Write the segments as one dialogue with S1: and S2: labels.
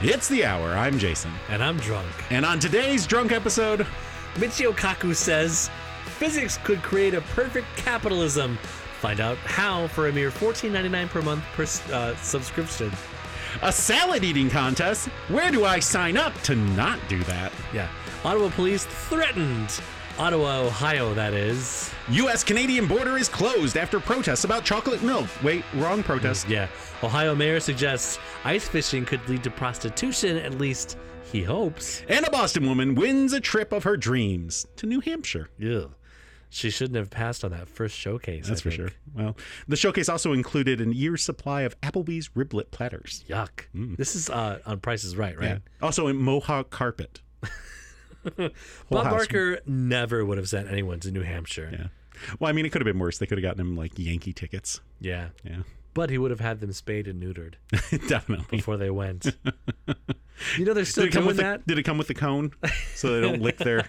S1: It's the hour. I'm Jason.
S2: And I'm drunk.
S1: And on today's drunk episode,
S2: Michio Kaku says physics could create a perfect capitalism. Find out how for a mere $14.99 per month per s- uh, subscription.
S1: a salad eating contest. Where do I sign up to not do that?
S2: Yeah. Ottawa police threatened. Ottawa, Ohio, that is.
S1: U.S. Canadian border is closed after protests about chocolate milk. Wait, wrong protest.
S2: Yeah. Ohio mayor suggests ice fishing could lead to prostitution, at least he hopes.
S1: And a Boston woman wins a trip of her dreams to New Hampshire.
S2: Ew. She shouldn't have passed on that first showcase. I
S1: That's for
S2: think.
S1: sure. Well, the showcase also included an year's supply of Applebee's riblet platters.
S2: Yuck. This is uh, on Price is Right, right?
S1: Mm. Yeah. Also, a Mohawk carpet.
S2: Bob
S1: house.
S2: Barker never would have sent anyone to New Hampshire.
S1: Yeah. Well, I mean, it could have been worse. They could have gotten him like Yankee tickets.
S2: Yeah.
S1: Yeah.
S2: But he would have had them spayed and neutered
S1: Definitely.
S2: before they went. you know, they're still
S1: Did it come
S2: doing
S1: with
S2: that.
S1: the, did it come with the cone so they don't lick their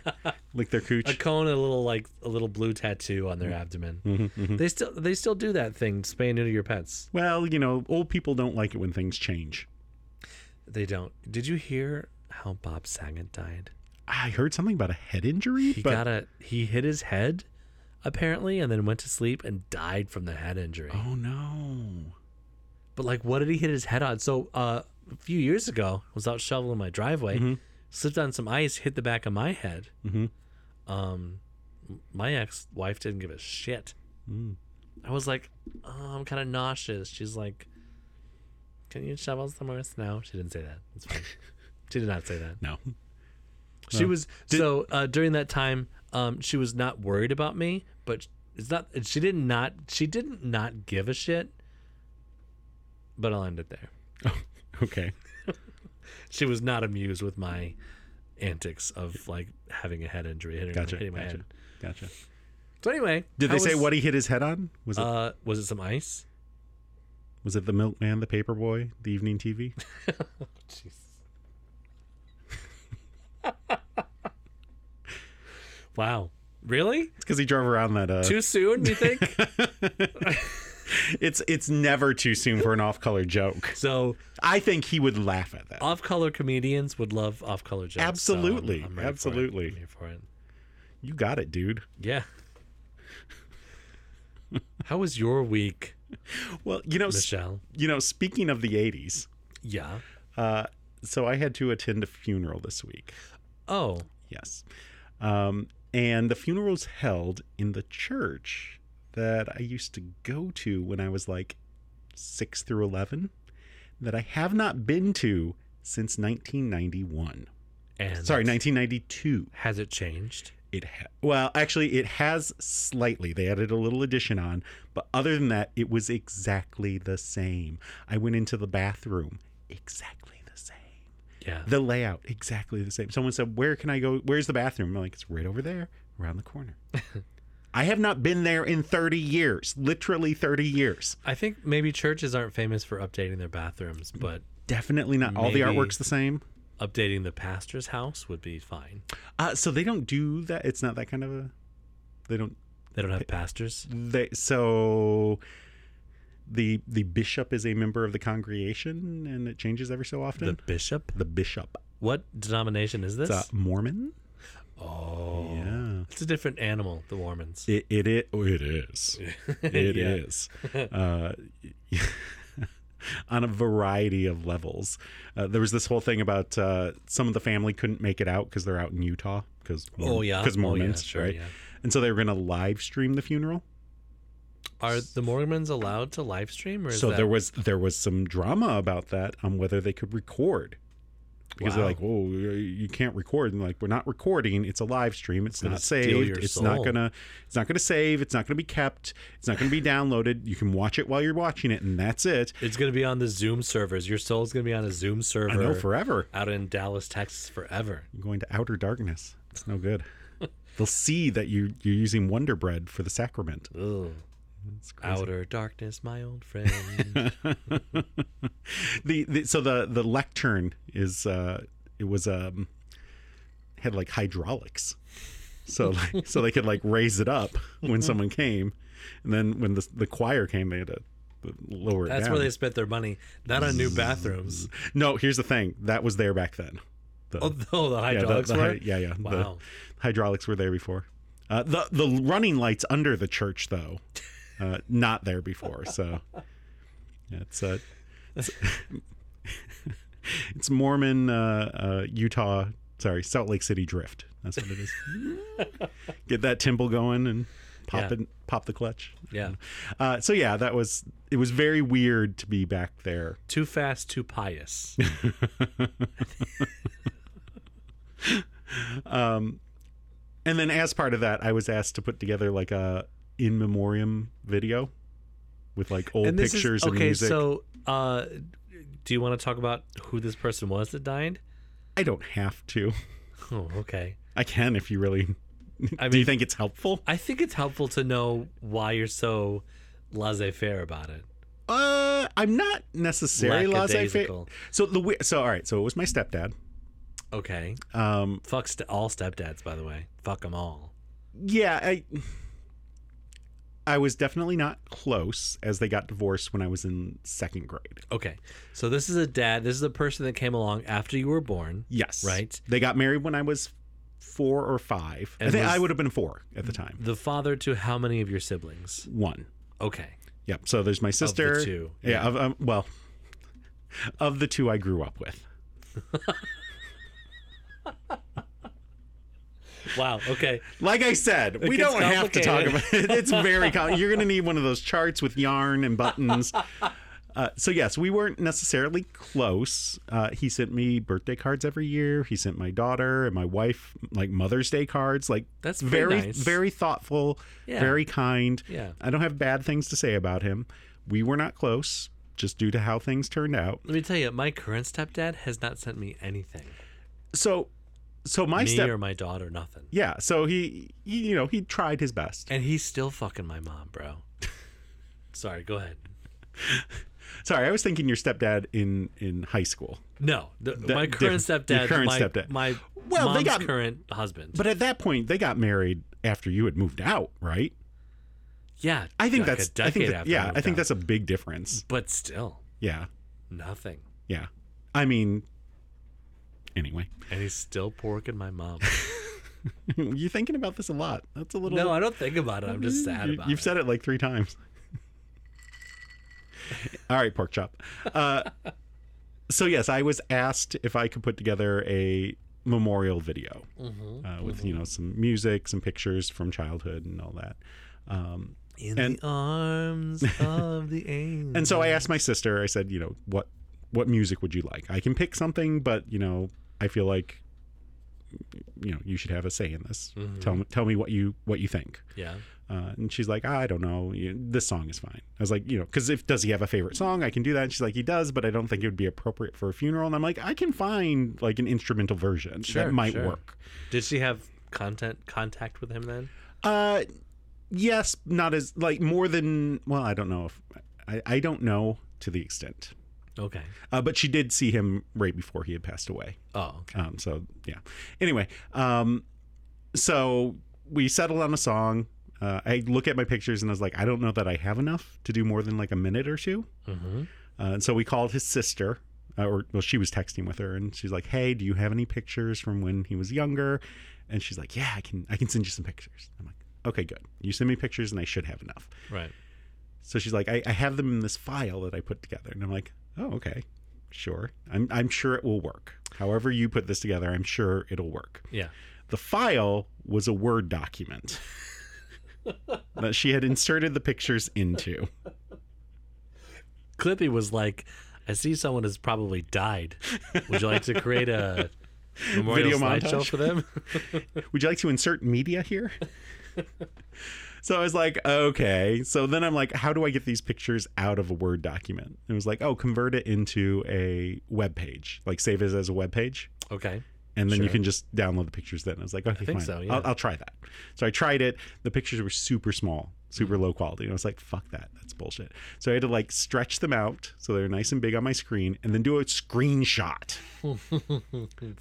S1: lick their
S2: A
S1: cooch?
S2: cone, and a little like a little blue tattoo on their abdomen.
S1: Mm-hmm,
S2: They still they still do that thing, spay and neuter your pets.
S1: Well, you know, old people don't like it when things change.
S2: They don't. Did you hear how Bob Saget died?
S1: I heard something about a head injury,
S2: He
S1: but
S2: got a he hit his head, apparently, and then went to sleep and died from the head injury.
S1: oh no.
S2: But like, what did he hit his head on? So uh, a few years ago, I was out shoveling my driveway, slipped on some ice, hit the back of my head.
S1: Mhm.
S2: Um, m- my ex-wife didn't give a shit.
S1: Mm.
S2: I was like, oh, I'm kind of nauseous. She's like, Can you shovel somewhere else now? She didn't say that. It's fine. she did not say that.
S1: No.
S2: She was so uh, during that time, um, she was not worried about me, but it's not. She did not. She didn't not give a shit. But I'll end it there.
S1: Okay.
S2: she was not amused with my antics of like having a head injury, hitting,
S1: Gotcha.
S2: hitting my
S1: Gotcha.
S2: head.
S1: Gotcha.
S2: So anyway,
S1: Did they
S2: how
S1: say
S2: was-
S1: what he hit his head on? Was it
S2: Uh, was it some ice?
S1: was it the milkman, the paperboy, the evening TV?
S2: Wow, really?
S1: It's because he drove around that. Uh,
S2: Too soon, you think?
S1: it's it's never too soon for an off-color joke.
S2: so
S1: I think he would laugh at that.
S2: off-color comedians would love off-color jokes. so I'm-
S1: Absolutely.
S2: I'm ready for it.
S1: Absolutely.
S2: I'm here for it.
S1: You got it, dude.
S2: Yeah. How was your week,
S1: Well, you know, s-
S2: Michelle?
S1: you know. Speaking of the '80s,
S2: Yeah.
S1: uh, so I had to attend a funeral this week.
S2: Oh,
S1: Yes. Um, and the funeral was held in the church that I used to go to when I was like six through 11, that I have not been to since 1991.
S2: and
S1: Sorry, 1992.
S2: Has it changed?
S1: It ha- well, actually, it has slightly. They added a little addition on, but other than that, it was exactly the same. I went into the bathroom, exactly the same.
S2: Yeah.
S1: The layout, exactly the same. Someone said, Where can I go? Where's the bathroom? I'm like, It's right over there, around the corner. I have not been there in 30 years, literally 30 years.
S2: I think maybe churches aren't famous for updating their bathrooms, but
S1: Definitely not. All the
S2: Maybe.
S1: artwork's the same.
S2: updating the pastor's house would be fine.
S1: Uh, so they don't do that. It's not that kind of a. They don't.
S2: They don't have pastors.
S1: They so. The the bishop is a member of the congregation, and it changes every so often.
S2: The
S1: The,
S2: bishop?
S1: bishop.
S2: What denomination is this?
S1: It's a Mormon.
S2: oh.
S1: Yeah.
S2: It's a different animal, the Mormons.
S1: It it it, oh, it is. It
S2: Yeah.
S1: is. Uh, on a variety of levels. Uh, there was this whole thing about uh, some of the family couldn't make it out because they're out in Utah because
S2: Oh, yeah.
S1: because
S2: Oh, yeah,
S1: Mormons
S2: sure,
S1: right,
S2: yeah.
S1: and so they were going to live stream the funeral.
S2: Are the Mormons allowed to live stream or is
S1: so
S2: that
S1: there was there was some drama about that on whether they could record because they're
S2: Wow.
S1: like, "Whoa, you can't record." And like, we're not recording. It's a live stream. It's,
S2: gonna
S1: not
S2: steal
S1: saved.
S2: your
S1: It's
S2: soul."
S1: not gonna. It's not gonna save. It's not gonna be kept. It's not gonna be downloaded. You can watch it while you're watching it, and that's it.
S2: It's going to be on the Zoom servers. Your soul's going to be on a Zoom server
S1: I know forever.
S2: out in Dallas, Texas forever.
S1: I'm going to outer darkness. It's no good. They'll see that you you're using Wonder Bread for the sacrament.
S2: Ugh.
S1: It's crazy.
S2: Outer darkness, my old friend.
S1: the, the so the the lectern is uh it was um had like hydraulics so like so they could like raise it up when someone came and then when the the choir came they had to lower it
S2: That's
S1: down.
S2: where they spent their money, not on new bathrooms.
S1: No, here's the thing. That was there back then. The,
S2: Although the
S1: yeah, the-
S2: hydraulics
S1: the hy-
S2: were.
S1: yeah, yeah. The
S2: Wow.
S1: hydraulics were there before. Uh, the the running lights under the church though, uh, not there before. So yeah, it's uh, it's, it's Mormon uh, uh, Utah. Sorry, Salt Lake City drift. That's what it is. Get that timble going and pop
S2: Yeah.
S1: it, pop the clutch.
S2: yeah.
S1: Uh, so yeah, that was it. Was very weird to be back there.
S2: Too fast, too pious.
S1: And then as part of that, I was asked to put together like a in memoriam video with like old
S2: and this
S1: pictures
S2: is,
S1: and
S2: okay,
S1: music.
S2: so uh, do you want to talk about who this person was that died?
S1: I don't have to.
S2: Oh, okay.
S1: I can if you really.
S2: I
S1: Do you
S2: mean,
S1: think it's helpful?
S2: I think it's helpful to know why you're so laissez-faire about it.
S1: Uh, I'm not necessarily laissez-faire.
S2: Lackadaisical.
S1: So the wi- so all right. So it was my stepdad.
S2: Okay.
S1: Um,
S2: Fuck st- all stepdads, by the way. Fuck them all.
S1: yeah, I. I was definitely not close as they got divorced when I was in second grade.
S2: Okay. So this is a dad. This is a person that came along after you were born.
S1: Yes.
S2: Right.
S1: They got married when I was four or five. I
S2: And
S1: think
S2: was-
S1: I would have been four at the time.
S2: The father to how many of your siblings?
S1: One.
S2: Okay.
S1: Yep. So there's my sister.
S2: two,
S1: Yeah. Of, um, well, of the two I grew up with.
S2: Wow. Okay.
S1: Like I said, we
S2: gets
S1: don't have to talk about
S2: complicated.
S1: it. It's very com- You're going to need one of those charts with yarn and buttons. Uh, so yes, we weren't necessarily close. Uh, he sent me birthday cards every year. He sent my daughter and my wife like Mother's Day cards. Like
S2: That's pretty
S1: very,
S2: nice.
S1: very thoughtful,
S2: Yeah.
S1: very kind.
S2: Yeah.
S1: I don't have bad things to say about him. We were not close, just due to how things turned out.
S2: Let me tell you, my current stepdad has not sent me anything.
S1: So, so my
S2: me
S1: step
S2: or my daughter, nothing.
S1: Yeah, so he, he, you know, he tried his best.
S2: And he's still fucking my mom, bro. Sorry, go ahead.
S1: Sorry, I was thinking your stepdad in in high school.
S2: No, th- my current
S1: different- your
S2: stepdad,
S1: current
S2: my,
S1: stepdad.
S2: my
S1: Well, they
S2: mom's
S1: got-
S2: current husband.
S1: But at that point, they got married after you had moved out, right?
S2: yeah,
S1: I think
S2: like
S1: that's
S2: a decade
S1: I think that-
S2: after.
S1: yeah, I
S2: moved
S1: think
S2: out.
S1: that's a big difference.
S2: But still,
S1: Yeah.
S2: nothing.
S1: Yeah. I mean anyway,
S2: And he's still porking my mom.
S1: you're thinking about this a lot. That's a little
S2: no, I don't think about it. I'm just sad
S1: you,
S2: about
S1: You've
S2: it.
S1: said it like 3 times. All right, pork chop. Uh so yes, I was asked if I could put together a memorial video.
S2: Mhm.
S1: uh, with you know some music, some pictures from childhood, and all that. Um,
S2: In
S1: and-
S2: the arms of the angel.
S1: and so I asked my sister. I said, you know, what what music would you like? I can pick something, but you know, I feel like you know you should have a say in this.
S2: Mm-hmm.
S1: Tell me tell me what you what you think.
S2: yeah,
S1: Uh, and she's like, I don't know. You- This song is fine. I was like, you know, because if does he have a favorite song? I can do that. And she's like, he does, but I don't think it would be appropriate for a funeral. And I'm like, I can find like an instrumental version
S2: Sure,
S1: that might
S2: sure.
S1: work.
S2: did she have content contact with him then?
S1: Uh, yes, not as like more than well, I don't know if I, I don't know to the extent.
S2: Okay.
S1: Uh, but she did see him right before he had passed away.
S2: Oh, okay.
S1: Um, so yeah. Anyway, um, so we settled on a song. Uh, I look at my pictures and I was like, I don't know that I have enough to do more than like a minute or two.
S2: Mm-hmm.
S1: Uh, and so we called his sister, uh, or well, she was texting with her, and she's like, "Hey, do you have any pictures from when he was younger?" And she's like, "Yeah, I can. I can send you some pictures." I'm like, "Okay, good. You send me pictures, and I should have enough."
S2: Right.
S1: So she's like, "I, I have them in this file that I put together," and I'm like, "Oh, okay, sure. I'm I'm sure it will work. However you put this together, I'm sure it'll work."
S2: Yeah.
S1: The file was a Word document that she had inserted the pictures into.
S2: Clippy was like, I see someone has probably died. Would you like to create a memorial
S1: Video
S2: slideshow
S1: montage?
S2: for them?
S1: would you like to insert media here? so I was like, okay. So then I'm like, how do I get these pictures out of a Word document? And it was like, oh, convert it into a web page, like save it as a web page.
S2: okay.
S1: And then you
S2: Sure.
S1: can just download the pictures then. I was like, okay,
S2: think
S1: fine.
S2: so, yeah.
S1: I'll, I'll try that. So I tried it. The pictures were super small,
S2: Mm-hmm.
S1: super low quality. And I was like, fuck that. That's bullshit. So I had to like stretch them out so they're nice and big on my screen and then do a screenshot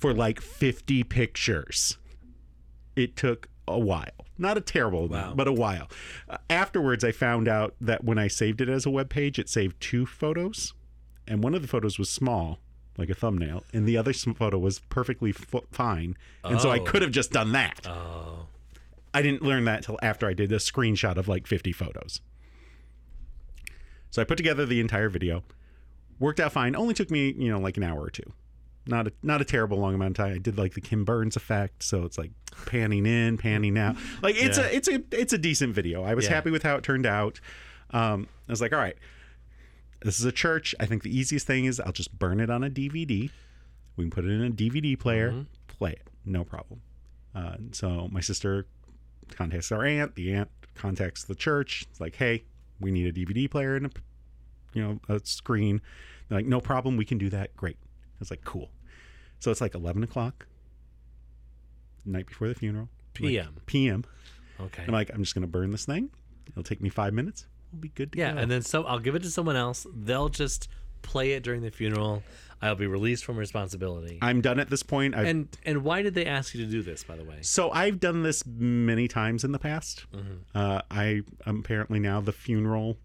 S1: for like 50 pictures. It took a while. Not a terrible amount,
S2: Wow.
S1: but a while. Uh, afterwards, I found out that when I saved it as a web page, it saved two photos, and one of the photos was small, like a thumbnail, and the other sm- photo was perfectly f- fine. And so I
S2: Oh.
S1: could have just done that.
S2: Oh,
S1: I didn't learn that till after I did a screenshot of like 50 photos. So I put together the entire video. Worked out fine. Only took me, you know, like an hour or two. Not a not a terrible long amount of time. I did like the Kim Burns effect, so it's like panning in, panning out. Like it's
S2: Yeah.
S1: a it's a it's a decent video. I was
S2: Yeah.
S1: happy with how it turned out. Um, I was like, all right, this is a church. I think the easiest thing is I'll just burn it on a DVD. We can put it in a DVD player,
S2: Mm-hmm.
S1: play it, no problem. Uh, so my sister contacts our aunt. The aunt contacts the church. It's like, hey, we need a DVD player and a, p- you know, a screen. They're like, no problem, we can do that. Great. I was like, cool. So it's like eleven o'clock, night before the funeral. like,
S2: PM.
S1: PM.
S2: okay.
S1: I'm like, I'm just gonna burn this thing. It'll take me five minutes. We'll be good to
S2: yeah,
S1: go.
S2: and then so I'll give it to someone else. They'll just play it during the funeral. I'll be released from responsibility.
S1: I'm done at this point. I've,
S2: and and why did they ask you to do this, by the way?
S1: so I've done this many times in the past.
S2: Mm-hmm.
S1: Uh, I am apparently now the funeral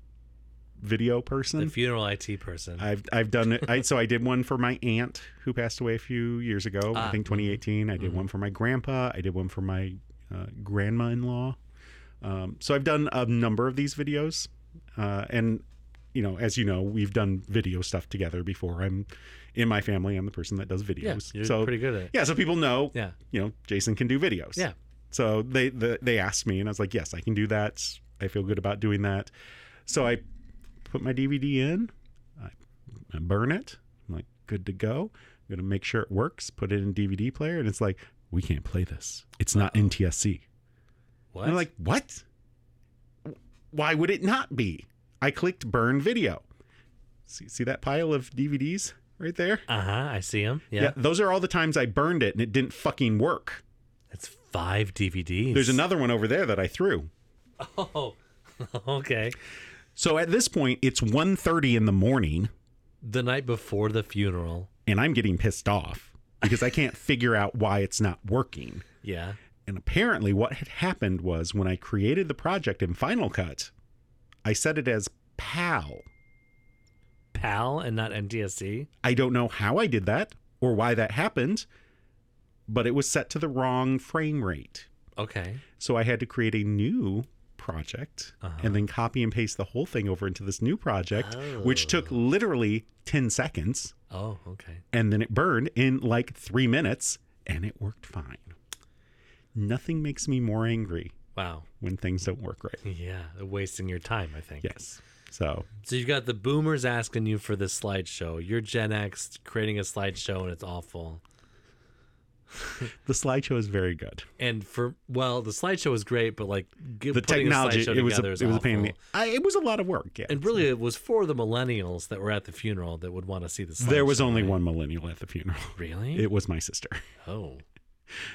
S1: video person.
S2: The funeral IT person.
S1: I've I've done it. I, so I did one for my aunt who passed away a few years ago. I
S2: Ah.
S1: think 2018. I did one for my grandpa. I did one for my uh, grandma-in-law. Um, so I've done a number of these videos, uh, and you know, as you know, we've done video stuff together before. I'm in my family. I'm the person that does
S2: yeah,
S1: videos.
S2: you're
S1: so
S2: pretty good at it.
S1: yeah, so people know.
S2: Yeah.
S1: You know, Jason can do videos.
S2: Yeah.
S1: So they the, they asked me, and I was like, "Yes, I can do that. I feel good about doing that." So I put my DVD in, I, I burn it. I'm like, "Good to go." I'm gonna make sure it works. Put it in DVD player, and it's like, "We can't play this. It's not NTSC."
S2: What?
S1: And I'm like, "What? Why would it not be?" I clicked burn video. See, see that pile of DVDs right there?
S2: uh huh. I see him. Yeah.
S1: yeah. Those are all the times I burned it, and it didn't fucking work.
S2: That's five DVDs.
S1: There's another one over there that I threw.
S2: Oh. okay.
S1: So at this point, it's 1.30 in the morning,
S2: The night before the funeral.
S1: and I'm getting pissed off because I can't figure out why it's not working.
S2: Yeah.
S1: And apparently, what had happened was when I created the project in Final Cut, I set it as PAL.
S2: PAL and not NTSC.
S1: I don't know how I did that or why that happened, but it was set to the wrong frame rate.
S2: Okay.
S1: So I had to create a new project and
S2: Uh-huh.
S1: then copy and paste the whole thing over into this new project, which took literally 10 seconds.
S2: Oh, okay.
S1: And then it burned in like three minutes and it worked fine. Nothing makes me more angry
S2: Wow.
S1: when things don't work right.
S2: Yeah. Wasting your time, I think.
S1: Yes. So
S2: So you've got the boomers asking you for this slideshow. You're Gen X creating a slideshow and it's awful.
S1: the slideshow is very good.
S2: And for well, the slideshow was great, but like g-
S1: The
S2: putting
S1: technology,
S2: a slideshow
S1: it was a,
S2: together is
S1: it was a pain. In the,
S2: awful.
S1: I, it was a lot of work. Yeah.
S2: And really, it was for the millennials that were at the funeral that would want to see the slideshow.
S1: there was only
S2: right?
S1: one millennial at the funeral.
S2: Really?
S1: It was my sister.
S2: oh,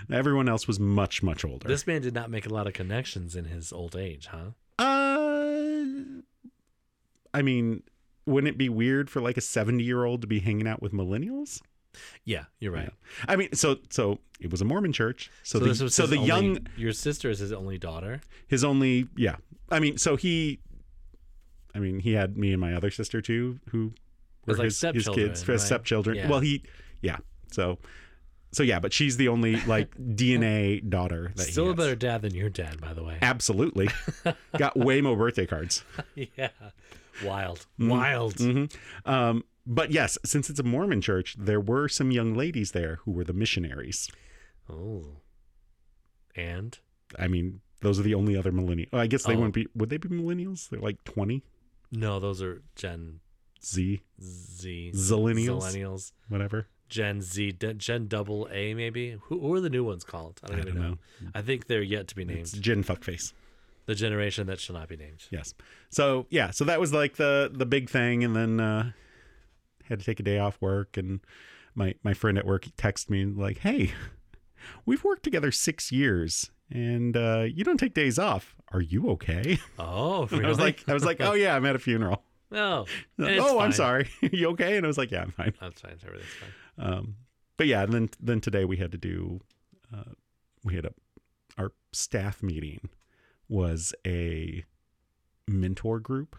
S1: Everyone else was much, much older.
S2: this man did not make a lot of connections in his old age, huh?
S1: Uh, I mean, wouldn't it be weird for like a 70 year old to be hanging out with millennials?
S2: Yeah, you're right.
S1: I mean, so so it was a Mormon church. So,
S2: So,
S1: the,
S2: this was
S1: so
S2: his
S1: the
S2: only-
S1: young,
S2: Your sister is his only daughter.
S1: his only, yeah. I mean, so he, I mean, he had me and my other sister too, who were
S2: As, like,
S1: his, his
S2: stepchildren,
S1: kids,
S2: right?
S1: his stepchildren.
S2: Yeah.
S1: Well, he, yeah. So, so yeah, but she's the only like DNA daughter that
S2: Still
S1: he
S2: a
S1: has.
S2: better dad than your dad, by the way.
S1: Absolutely. Got way more birthday cards.
S2: yeah, wild,
S1: Mm.
S2: wild.
S1: Mhm. Mm-hmm. Um, but yes, since it's a Mormon church, there were some young ladies there who were the missionaries.
S2: Oh, and
S1: I mean, those are the only other millennials. I guess they
S2: Oh.
S1: wouldn't be. Would they be millennials? They're like twenty
S2: no, those are Gen
S1: Z,
S2: Z,
S1: Zillennials?
S2: Zillennials,
S1: whatever.
S2: Gen Z, D- Gen Double A, maybe. Who, who are the new ones called? I don't
S1: I
S2: even
S1: don't
S2: know. I think they're yet to be named.
S1: It's gin fuckface.
S2: the generation that shall not be named.
S1: Yes. So yeah, so that was like the the big thing, and then uh, had to take a day off work. And my my friend at work texted me like, "Hey, we've worked together six years, and uh, you don't take days off. Are you okay?"
S2: Oh,
S1: I was like, I was like, "Oh yeah, I'm at a funeral."
S2: no.
S1: Like,
S2: It's
S1: oh, I'm
S2: fine.
S1: sorry. you okay? And I was like, yeah, I'm fine.
S2: I'm fine. Everything's fine.
S1: Um, but yeah, and then then today we had to do, uh, we had a our staff meeting was a mentor group.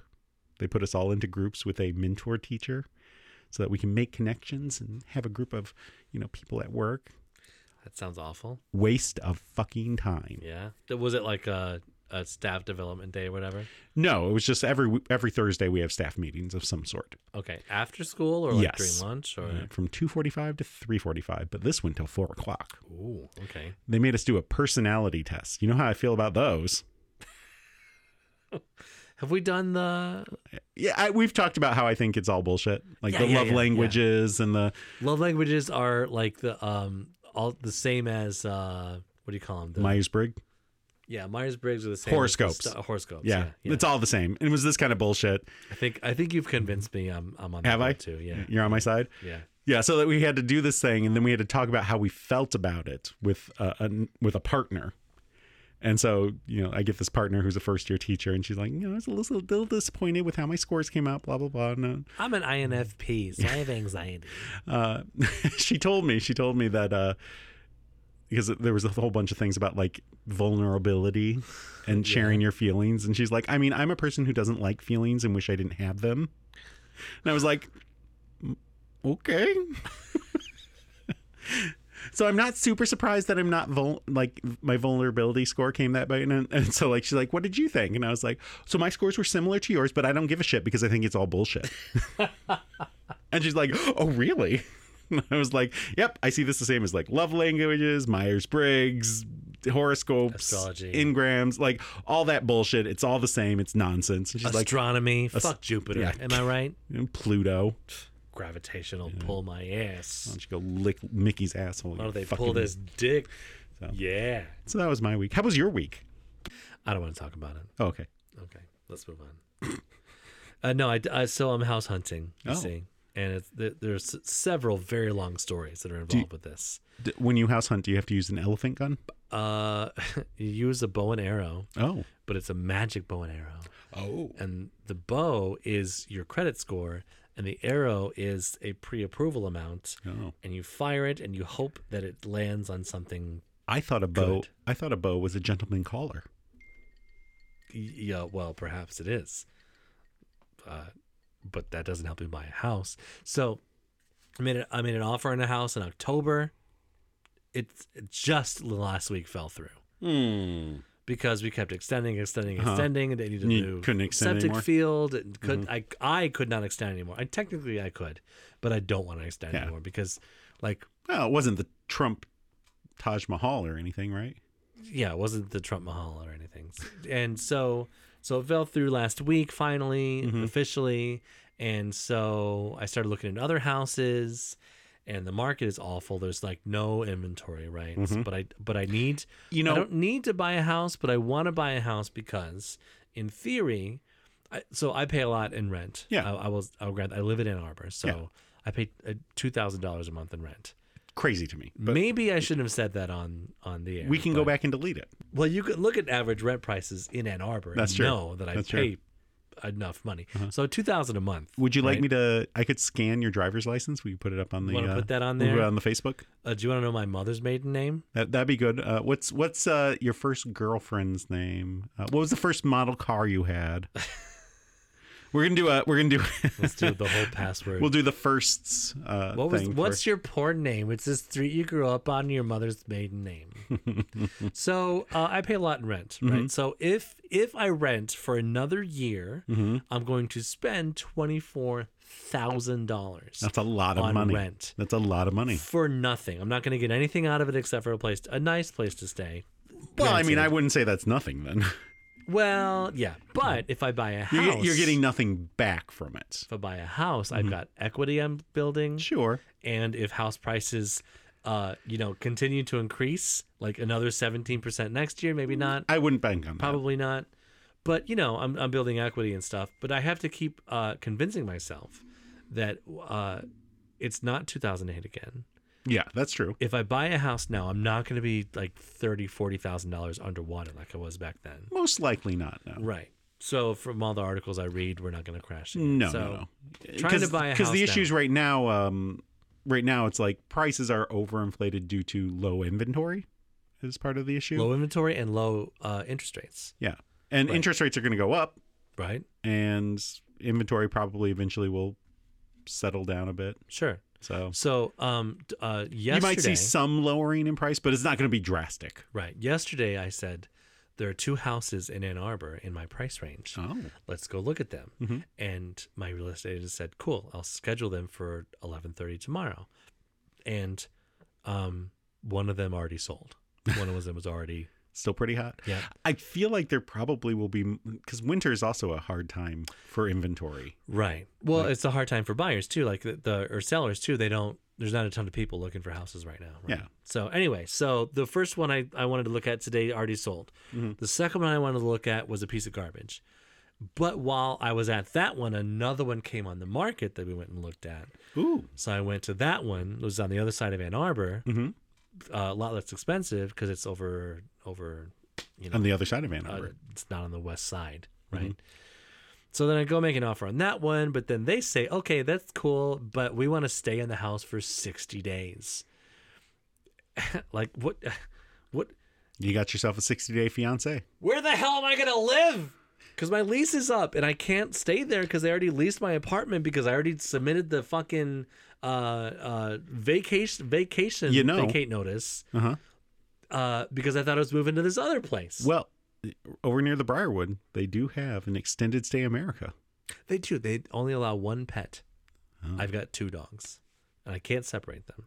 S1: They put us all into groups with a mentor teacher so that we can make connections and have a group of, you know, people at work.
S2: That sounds awful.
S1: Waste of fucking time.
S2: Yeah. Th- Was it like a, a staff development day or whatever?
S1: No, it was just every every Thursday we have staff meetings of some sort.
S2: Okay. After school or like
S1: Yes.
S2: during lunch or?
S1: Uh, from 2.45 to 3.45 but this went till 4 o'clock
S2: Ooh. Okay.
S1: they made us do a personality test you know how i feel about those
S2: Have we done the
S1: yeah I, we've talked about how i think it's all bullshit like
S2: Yeah,
S1: the
S2: yeah,
S1: love
S2: yeah, yeah.
S1: languages and the
S2: love languages are like the um all the same as uh what do you call them? The,
S1: myers-briggs
S2: yeah, Myers Briggs are the same.
S1: Horoscopes.
S2: As the st- horoscopes.
S1: yeah,
S2: Yeah. yeah.
S1: it's all the same and it was this kind of bullshit
S2: I think I think you've convinced me. I'm I'm on that
S1: Have
S2: one
S1: I?
S2: too. Yeah.
S1: you're on my side
S2: Yeah.
S1: yeah so that we had to do this thing and then we had to talk about how we felt about it with uh, an with a partner and so, you know, I get this partner who's a first year teacher, and she's like, you know, I was a little, little disappointed with how my scores came out, blah, blah, blah. And, uh,
S2: I'm an INFP, so I have anxiety.
S1: uh, she told me she told me that uh because there was a whole bunch of things about like vulnerability and sharing your feelings and she's like i mean i'm a person who doesn't like feelings and wish i didn't have them and i was like "Mm, okay so i'm not super surprised that i'm not vul- like my vulnerability score came that way and, and so like she's like what did you think and i was like so my scores were similar to yours but i don't give a shit because i think it's all bullshit and she's like, "Oh, really?" And I was like, "Yep, I see this the same as like love languages, Myers Briggs, horoscopes,
S2: Astrology.
S1: engrams, like all that bullshit. It's all the same. It's nonsense." And she's
S2: Astronomy. fuck Jupiter.
S1: yeah.
S2: Am I right?
S1: like, "Mm, "Pluto."
S2: Gravitational pull my
S1: Why
S2: ass.
S1: don't you go lick Mickey's asshole?
S2: Why
S1: you
S2: don't they pull
S1: fucking-
S2: this dick?
S1: So.
S2: Yeah.
S1: So that was my week. How was your week?
S2: I don't want to talk about it.
S1: Oh, okay.
S2: Okay. Let's move on. uh, no, I, I so I'm house hunting. You
S1: Oh.
S2: see, and it's, there, there's s- several very long stories that are involved with this.
S1: D- when you house hunt, do you have to use an elephant gun?
S2: Uh, you use a bow and arrow,
S1: Oh.
S2: but it's a magic bow and arrow.
S1: Oh.
S2: and the bow is your credit score and the arrow is a pre-approval amount
S1: Oh.
S2: and you fire it and you hope that it lands on something
S1: I thought a bow.
S2: Good.
S1: I thought a bow was a gentleman caller.
S2: y- yeah well perhaps it is uh, but that doesn't help me buy a house so i made a, I made an offer on a house in october it's it just last week fell through
S1: Hmm.
S2: because we kept extending, extending,
S1: Uh-huh.
S2: extending, and they needed
S1: You
S2: to do
S1: couldn't extend
S2: septic
S1: anymore? Mm-hmm.
S2: field. And could I? I could not extend anymore. I technically I could, but I don't want to extend
S1: Yeah.
S2: anymore because, like,
S1: Well, it wasn't the Trump Taj Mahal or anything, right?
S2: yeah, it wasn't the Trump Mahal or anything. and so, so it fell through last week finally,
S1: Mm-hmm.
S2: officially. And so I started looking at other houses. And the market is awful. There's like no inventory, right? But I but I need
S1: Mm-hmm. You
S2: I
S1: know,
S2: don't need to buy a house, but I want to buy a house because, in theory, I, so I pay a lot in rent.
S1: Yeah.
S2: I, I will. I'll grant. I live in Ann Arbor, so
S1: Yeah.
S2: I pay uh, two thousand dollars a month in rent.
S1: crazy to me.
S2: Maybe I shouldn't have said that on on the air.
S1: We can go
S2: but-
S1: back and delete it.
S2: Well, you can look at average rent prices in Ann Arbor.
S1: That's
S2: and
S1: true.
S2: Know that I
S1: That's Uh-huh.
S2: pay enough money. So two thousand a month.
S1: Would you like
S2: Right.
S1: me to? I could scan your driver's license. We could put it up on the.
S2: Wanna
S1: uh,
S2: put that on
S1: we'll put it
S2: there?
S1: on the Facebook.
S2: Uh, do you want to know my mother's maiden name?
S1: That that'd be good. Uh, what's what's uh, your first girlfriend's name? Uh, what was the first model car you had? we're gonna do a. We're gonna do.
S2: Let's do the whole password.
S1: we'll do the firsts. Uh,
S2: What was
S1: thing
S2: what's
S1: first.
S2: your porn name? It's the street you grew up on, your mother's maiden name. so uh, I pay a lot in rent,
S1: Mm-hmm.
S2: right? So if if I rent for another year,
S1: Mm-hmm.
S2: I'm going to spend twenty four thousand dollars
S1: That's a lot of
S2: on
S1: money.
S2: rent
S1: That's a lot of money.
S2: for nothing. I'm not going to get anything out of it except for a place, a nice place to stay.
S1: Well, I mean,
S2: Granted.
S1: I wouldn't say that's nothing then.
S2: Well, yeah, but if I buy a
S1: You're,
S2: house,
S1: get- you're getting Mm-hmm. nothing back from it.
S2: If I buy a house, I've got equity I'm building.
S1: Sure.
S2: and if house prices uh you know continue to increase like another 17% next year
S1: Mm-hmm.
S2: maybe not
S1: I wouldn't bank on that.
S2: probably not but you know I'm, I'm building equity and stuff but i have to keep uh convincing myself that uh it's not 2008 again
S1: Yeah, that's true.
S2: if i buy a house now i'm not going to be like 30 40000 dollars underwater like i was back then
S1: Most likely not. No.
S2: right so from all the articles i read we're not going to crash again.
S1: No,
S2: so,
S1: no, no.
S2: trying to buy a
S1: because the
S2: house now.
S1: issues right now, um, right now it's like prices are overinflated due to low inventory. is part of the issue.
S2: Low inventory and low uh, interest rates,
S1: yeah. And
S2: Right.
S1: interest rates are going to go up,
S2: right?
S1: and inventory probably eventually will settle down a bit.
S2: Sure.
S1: So
S2: So, um, d- uh, yesterday,
S1: you might see some lowering in price, but it's not going to be drastic.
S2: right? Yesterday, I said there are two houses in Ann Arbor in my price range.
S1: Oh,
S2: Let's go look at them.
S1: Mhm.
S2: And my real estate agent said, "Cool, I'll schedule them for eleven thirty tomorrow." And um, one of them already sold. One of them was already
S1: still pretty hot.
S2: yeah.
S1: I feel like there probably will be because winter is also a hard time for inventory.
S2: Right. Well, it's a hard time for buyers too, like the, the or sellers too. They don't. There's not a ton of people looking for houses right now. Right?
S1: Yeah.
S2: So anyway, so the first one I, I wanted to look at today already sold.
S1: Mhm.
S2: The second one I wanted to look at was a piece of garbage. But while I was at that one, another one came on the market that we went and looked at.
S1: Ooh,
S2: So I went to that one. It was on the other side of Ann Arbor.
S1: Mhm.
S2: Uh, a lot less expensive because it's over over
S1: on the other side of Ann
S2: uh,
S1: Arbor.
S2: it's not on the west side, right?
S1: Mm-hmm.
S2: So then I go make an offer on that one, but then they say, okay, that's cool, but we want to stay in the house for 60 days. like, what? What?
S1: you got yourself a sixty-day fiance.
S2: Where the hell am I going to live? Because my lease is up and I can't stay there because they already leased my apartment because I already submitted the fucking uh, uh, vacation, vacation,
S1: You know.
S2: vacate notice
S1: Uh huh.
S2: uh, because I thought I was moving to this other place.
S1: Well, uh, over near the Briarwood, they do have an extended stay America.
S2: They do. They only allow one pet.
S1: Oh.
S2: I've got two dogs, and I can't separate them.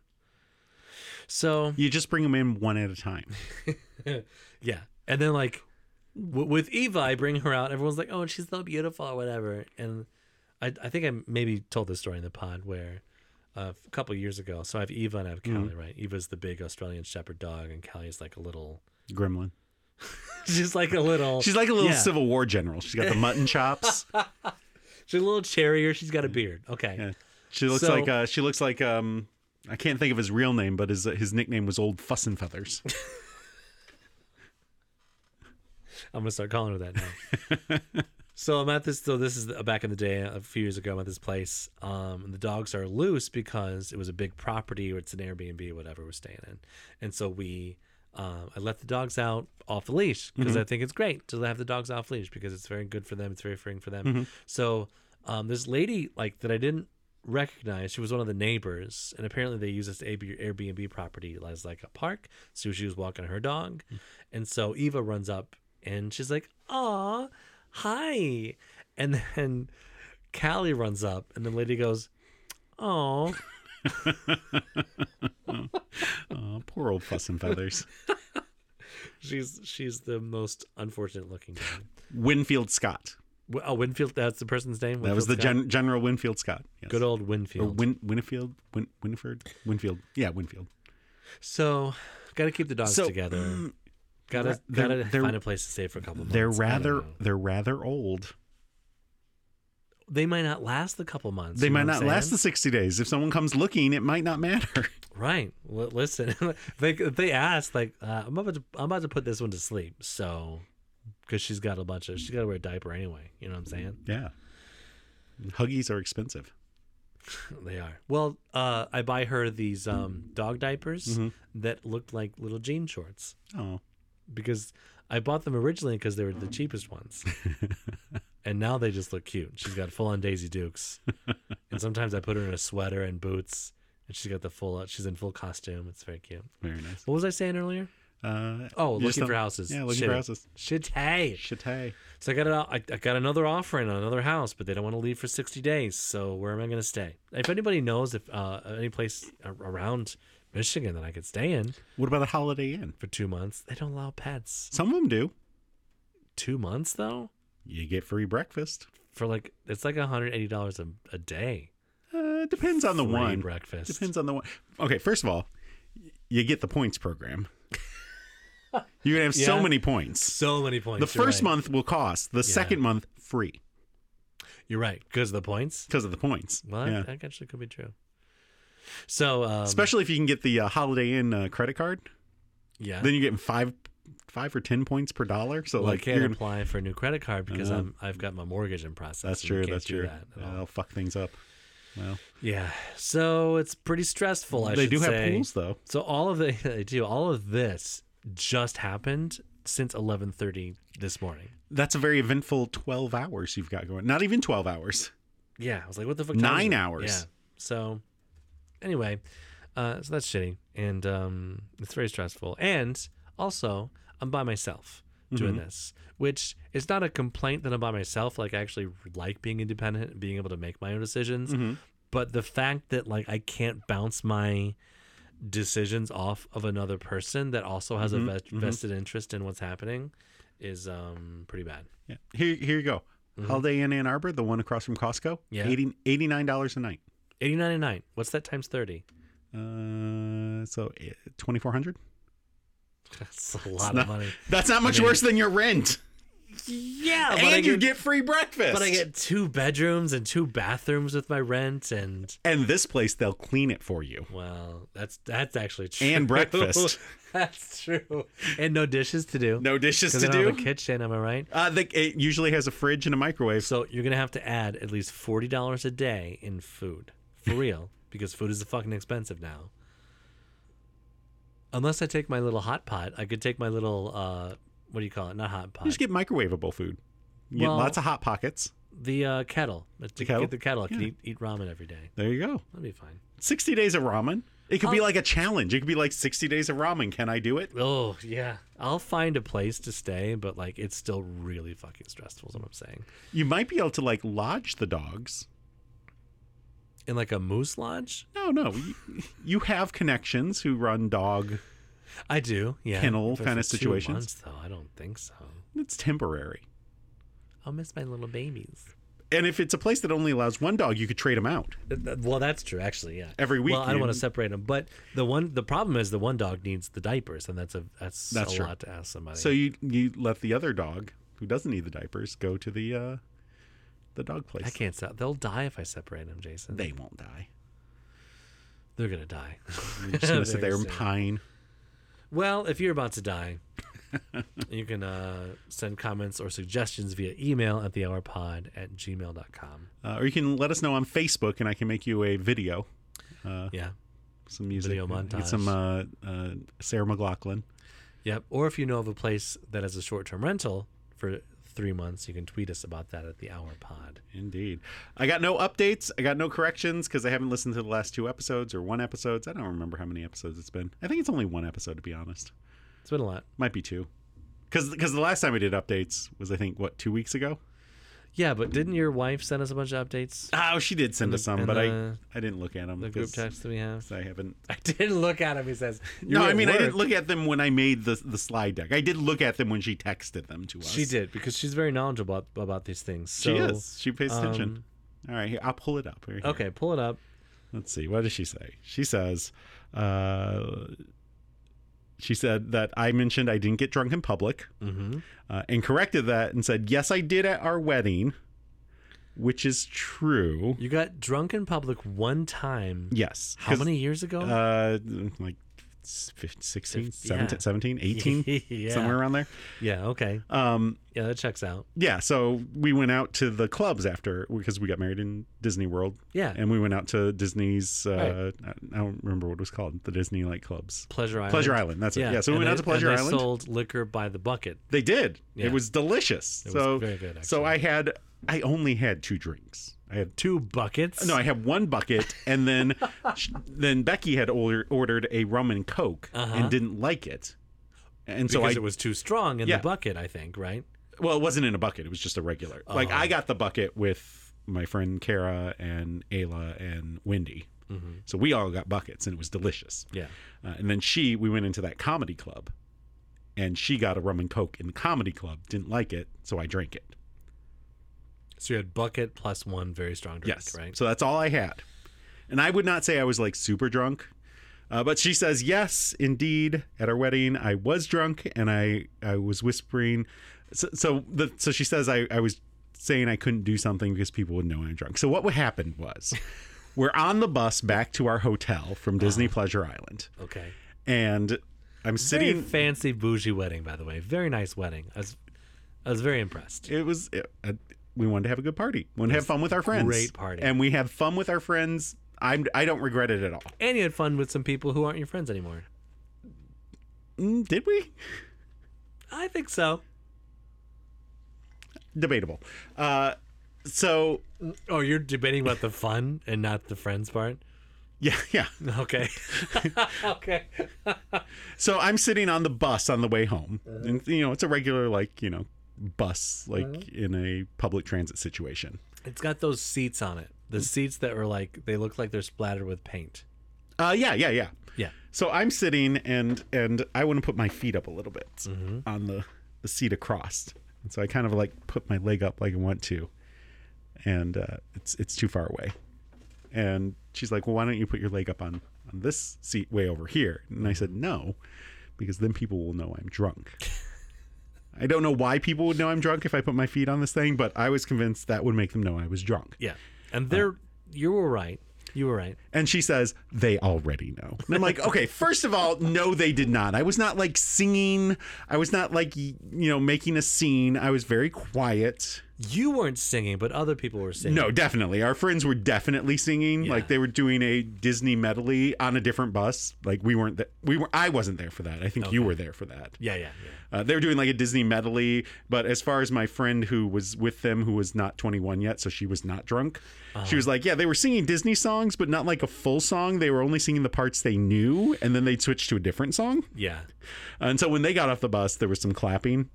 S2: So
S1: You just bring them in one at a time.
S2: yeah, and then like w- with Eva, I bring her out. Everyone's like, "Oh, she's so beautiful," or whatever. And I, I think I maybe told this story in the pod where uh, a couple years ago. So I have Eva and I have Callie,
S1: Mm-hmm.
S2: right? Eva's the big Australian Shepherd dog, and Callie's like a little.
S1: Gremlin.
S2: She's like a little.
S1: She's like a little
S2: yeah.
S1: Civil War general. She's got the mutton chops.
S2: She's a little cherrier. She's got a beard. Okay.
S1: Yeah. She looks
S2: So-
S1: like uh, she looks like um I can't think of his real name, but his uh, his nickname was Old Fuss and Feathers.
S2: I'm gonna start calling her that now. so I'm at this. So this is the, back in the day, a few years ago. I'm at this place, um, and the dogs are loose because it was a big property, or it's an Airbnb, whatever we're staying in. And so we, um, I let the dogs out off the leash because I think it's great to have the dogs off leash because it's very good for them. It's very freeing for them. So um, this lady, like that, I didn't recognized. She was one of the neighbors, and apparently they use this AB- Airbnb property as like a park. So she was walking her dog, and so Eva runs up and she's like, "Aw, hi!" And then Callie runs up, and the lady goes, "Oh."
S1: oh, poor old Fuss and Feathers.
S2: She's she's the most unfortunate looking. Woman.
S1: Winfield Scott.
S2: Wi- Oh, Winfield. That's the person's name.
S1: That was the
S2: Winfield Scott?
S1: gen- General Winfield Scott. Yes.
S2: good old
S1: or
S2: Winfield.
S1: Win- Winfield, Win- Winifred, Winfield. Yeah, Winfield.
S2: so, gotta keep the dogs
S1: So, mm,
S2: together. Gotta
S1: they're-
S2: gotta
S1: they're-
S2: find a place to stay for a couple months.
S1: They're
S2: I don't
S1: rather
S2: know.
S1: they're rather old.
S2: they might not last the couple months.
S1: They
S2: you know
S1: might
S2: what I'm
S1: not last
S2: saying?
S1: the 60 days. If someone comes looking, it might not matter.
S2: Right. Well, listen, they they asked like uh, I'm about to I'm about to put this one to sleep, so because she's got a bunch of she's got to wear a diaper anyway. You know what I'm saying?
S1: Yeah. Huggies are expensive.
S2: they are. Well, uh, I buy her these um, dog diapers
S1: Mm-hmm.
S2: that looked like little jean shorts
S1: Oh.
S2: because I bought them originally because they were the cheapest ones, and now they just look cute. She's got full on Daisy Dukes, and sometimes I put her in a sweater and boots, and she's got the full uh, she's in full costume. It's very cute.
S1: Very nice.
S2: What was I saying earlier?
S1: Uh,
S2: Oh,
S1: you just
S2: looking for
S1: don't-
S2: houses.
S1: Yeah, looking
S2: Shit.
S1: for houses.
S2: Shit, hey.
S1: Shit, hey.
S2: So I got it. out- I, I got another offer in another house, but they don't want to leave for sixty days. So where am I going to stay? If anybody knows if uh, any place a- around Michigan that I could stay in
S1: What about a Holiday Inn?
S2: for two months, they don't allow pets.
S1: Some of them do.
S2: Two months though,
S1: You get free breakfast.
S2: for like it's like hundred eighty dollars a a day.
S1: Uh, depends on the
S2: Free
S1: one.
S2: breakfast.
S1: Depends on the one. Okay, first of all, y- you get the points program. You're gonna have so
S2: Yeah.
S1: many points.
S2: So many points.
S1: The
S2: you're
S1: first
S2: right.
S1: month will cost. The second month free
S2: You're right because of the points.
S1: because of the points.
S2: Well, that-
S1: yeah.
S2: that actually could be true. So um,
S1: Especially if you can get the uh, Holiday Inn uh, credit card,
S2: yeah.
S1: then you're getting five, five or ten points per dollar. So
S2: Well, I
S1: like,
S2: can't
S1: you're gonna-
S2: apply for a new credit card because
S1: know.
S2: I'm I've got my mortgage in process.
S1: that's
S2: and I
S1: true.
S2: can't
S1: That's
S2: do
S1: true.
S2: that at
S1: yeah,
S2: all.
S1: they'll fuck things up. Well,
S2: Yeah, so it's pretty stressful. I
S1: they
S2: should
S1: do have
S2: say.
S1: pools though.
S2: So all of the they do all of this just happened since 11:30 this morning.
S1: That's a very eventful 12 hours you've got going. Not even 12 hours.
S2: Yeah, I was like, what the fuck? time is
S1: Nine
S2: it?
S1: hours.
S2: Yeah. So, anyway, uh, so that's shitty, and um, it's very stressful. And also, I'm by myself doing
S1: Mm-hmm.
S2: this, which is not a complaint that I'm by myself. Like, I actually like being independent and being able to make my own decisions.
S1: Mm-hmm.
S2: But the fact that like I can't bounce my decisions off of another person that also has
S1: Mm-hmm.
S2: a vet- vested interest in what's happening is um pretty bad.
S1: Yeah. Here, here you go. Holiday Inn Ann Arbor, the one across from Costco.
S2: Yeah.
S1: 80, $89 a night.
S2: Eighty ninety nine. What's that times thirty?
S1: Uh, so eh, 2400
S2: That's a lot
S1: not-
S2: of money.
S1: That's not much
S2: mean-
S1: worse than your rent.
S2: Yeah, Uh, but
S1: and
S2: I
S1: you
S2: get,
S1: get free breakfast.
S2: but I get two bedrooms and two bathrooms with my rent, and
S1: And this place, they'll clean it for you.
S2: well, that's that's actually true.
S1: And breakfast.
S2: that's true. And no dishes to do.
S1: No dishes
S2: 'Cause
S1: to
S2: I don't
S1: do.
S2: have a kitchen. Am I right?
S1: Uh, they, it usually has a fridge and a microwave.
S2: So you're gonna have to add at least forty dollars a day in food for real, because food is fucking expensive now. Unless I take my little hot pot, I could take my little uh, what do you call it? Not hot pot.
S1: You just get microwavable food. You
S2: Well-
S1: get lots of hot pockets.
S2: the uh, kettle. The
S1: kettle?
S2: Get the kettle. I could
S1: Yeah.
S2: eat, eat ramen every day.
S1: There you go.
S2: That'd be fine.
S1: 60 days of ramen. It could be like a challenge. It could be like 60 days of ramen. Can I do it?
S2: Oh yeah, I'll find a place to stay, but like it's still really fucking stressful. Is what I'm saying.
S1: You might be able to like lodge the dogs.
S2: In like a moose lodge,
S1: No, no. You, you have connections who run dog.
S2: I do. Yeah,
S1: Kennel
S2: But
S1: kinda
S2: for two
S1: situations?
S2: months, though, I don't think so.
S1: It's temporary.
S2: I'll miss my little babies.
S1: And if it's a place that only allows one dog, you could trade them out.
S2: Th- th- uh, Well, that's true, actually. Yeah,
S1: Every week
S2: Well, I don't
S1: you-
S2: want to separate them, but the one the problem is the one dog needs the diapers, and that's a that's,
S1: That's
S2: a
S1: true.
S2: lot to ask somebody.
S1: So you you let the other dog who doesn't need the diapers go to the uh the dog place.
S2: I can't stop. They'll die if I separate them, Jason.
S1: They won't die.
S2: They're gonna die.
S1: They're just gonna sit there and
S2: Very sad.
S1: pine.
S2: Well, if you're about to die, you can uh, send comments or suggestions via email at thehourpod at gmail.com.
S1: Uh, or you can let us know on Facebook, and I can make you a video, Uh.
S2: Yeah.
S1: some music,
S2: Video
S1: get some uh, uh, Sarah McLaughlin.
S2: Yep. Or if you know of a place that has a short term rental for three months, you can tweet us about that at the hour pod.
S1: Indeed. I got no updates. I got no corrections because I haven't listened to the last two episodes or one episodes. I don't remember how many episodes it's been. I think it's only one episode to be honest.
S2: It's been a lot.
S1: Might be two. Because the last time we did updates was I think what two weeks ago.
S2: Yeah, but didn't your wife send us a bunch of updates?
S1: Oh, she did send us some,
S2: in
S1: but
S2: the-
S1: I I didn't look at them.
S2: The group text that we have?
S1: I haven't.
S2: I didn't look at him, he says.
S1: No,
S2: You're
S1: I
S2: at
S1: mean I
S2: work.
S1: didn't look at them when I made the the slide deck. I did look at them when she texted them to us.
S2: She did because she's very knowledgeable about, about these things. So,
S1: She is. She pays attention.
S2: um,
S1: All right, here I'll pull it up. Right here.
S2: Okay, pull it up.
S1: Let's see. What does she say? She says, uh, she said that I mentioned I didn't get drunk in public
S2: Mm-hmm.
S1: uh, and corrected that and said, yes, I did at our wedding, which is true.
S2: You got drunk in public one time.
S1: Yes.
S2: How
S1: 'Cause,
S2: many years ago?
S1: Uh, like s- fif- 16,
S2: Fif-
S1: 17,
S2: yeah.
S1: 17, 18,
S2: yeah.
S1: somewhere around there.
S2: Yeah. Okay.
S1: Um,
S2: Yeah, that checks out.
S1: yeah, so we went out to the clubs after because we got married in Disney World,
S2: Yeah.
S1: and we went out to Disney's. Uh, I- I don't remember what it was called. The Disney like clubs.
S2: Pleasure Island.
S1: Pleasure Island. That's it. Yeah. So we
S2: and
S1: went
S2: they,
S1: out to Pleasure
S2: and
S1: Island.
S2: They sold liquor by the bucket.
S1: they did.
S2: Yeah.
S1: It was delicious.
S2: It was
S1: so
S2: very good,
S1: so
S2: actually.
S1: I had I only had two drinks. I had
S2: Two buckets.
S1: no, I had one bucket, and then sh- then Becky had order, ordered a rum and coke
S2: Uh-huh.
S1: and didn't like it, and so
S2: because
S1: I
S2: it was too strong in
S1: Yeah.
S2: the bucket. I think right.
S1: well, it wasn't in a bucket. It was just a regular. Like
S2: Oh.
S1: I got the bucket with my friend Kara and Ayla and Wendy.
S2: Mm-hmm.
S1: So we all got buckets, and it was delicious.
S2: Yeah.
S1: Uh, and then she, we went into that comedy club, and she got a rum and coke in the comedy club. Didn't like it, so I drank it.
S2: So you had bucket plus one very strong drink.
S1: Yes,
S2: Right.
S1: So that's all I had, and I would not say I was like super drunk. Uh, but she says yes, indeed. At our wedding, I was drunk, and I I was whispering. So so, the, so she says I I was saying I couldn't do something because people would know I'm drunk. So what would happen was, we're on the bus back to our hotel from Disney Pleasure Island,
S2: Okay.
S1: and I'm
S2: Uh-huh. Very
S1: sitting.
S2: fancy bougie wedding, by the way. Very nice wedding. I was, I was very impressed.
S1: it was it, uh, we wanted to have a good party wanted to have fun with our friends
S2: great party.
S1: and we had fun with our friends i'm i don't regret it at all
S2: And you had fun with some people who aren't your friends anymore.
S1: Mm, did we?
S2: I think so.
S1: Debatable. Uh, so
S2: Oh, you're debating about the fun and not the friends part.
S1: yeah, yeah.
S2: Okay. okay.
S1: So I'm sitting on the bus on the way home,
S2: Uh-huh.
S1: and you know it's a regular like you know bus like
S2: Uh-huh.
S1: in a public transit situation.
S2: It's got those seats on it. The seats that are like they look like they're splattered with paint.
S1: Uh, yeah, yeah, yeah.
S2: Yeah.
S1: So I'm sitting and and I want to put my feet up a little bit on the the seat across, and so I kind of like put my leg up like I want to, and uh, it's it's too far away, and she's like, well, why don't you put your leg up on on this seat way over here? And I said no, because then people will know I'm drunk. I don't know why people would know I'm drunk if I put my feet on this thing, but I was convinced that would make them know I was drunk.
S2: Yeah. And they're you were right. You were right.
S1: And she says, they already know. And I'm like, okay, first of all, no, they did not. I was not like singing. I was not like, y- you know, making a scene. I was very quiet.
S2: You weren't singing, but other people were singing.
S1: No, definitely. Our friends were definitely singing.
S2: Yeah.
S1: Like they were doing a Disney medley on a different bus. Like we weren't, th- we were, I wasn't there for that. I think you were there for that.
S2: Yeah, yeah, yeah.
S1: Uh, they were doing like a Disney medley, but as far as my friend who was with them, who was not 21 yet, so she was not drunk,
S2: Uh-huh.
S1: she was like, Yeah, they were singing Disney songs, but not like a full song. They were only singing the parts they knew, and then they'd switch to a different song.
S2: Yeah.
S1: And so when they got off the bus, there was some clapping,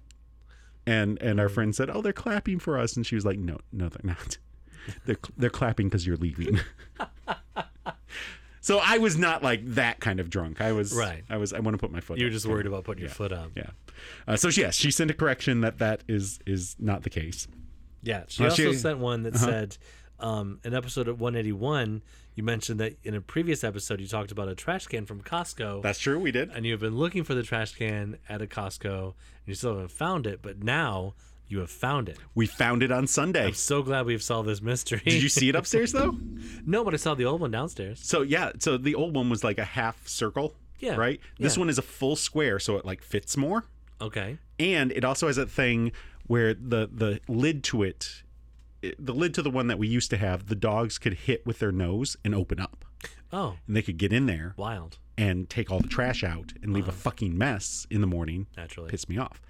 S1: and and
S2: Mm.
S1: our friend said, "Oh, they're clapping for us," and she was like, "No, no, they're not. They're cl- they're clapping because you're leaving." so I was not like that kind of drunk. I was
S2: Right.
S1: I was I want to put my foot.
S2: You were
S1: up.
S2: just worried about putting your foot up.
S1: Yeah. Uh, so yes, she sent a correction that that is is not the case.
S2: Yeah, she
S1: Uh,
S2: also
S1: she-
S2: sent one that said, um, in episode of 181, you mentioned that in a previous episode you talked about a trash can from Costco,
S1: That's true. We did.
S2: and you have been looking for the trash can at a Costco, and you still haven't found it, but now you have found it.
S1: We found it on Sunday.
S2: So glad we've solved this mystery.
S1: Did you see it upstairs though?
S2: no, but I saw the old one downstairs.
S1: So yeah. So the old one was like a half circle.
S2: Yeah,
S1: Right. This
S2: yeah.
S1: one is a full square, so it like fits more,
S2: Okay.
S1: and it also has that thing where the the lid to it, it- the lid to the one that we used to have, the dogs could hit with their nose and open up,
S2: Oh,
S1: and they could get in there
S2: wild.
S1: and take all the trash out and leave a fucking mess in the morning
S2: Naturally.
S1: pissed me off.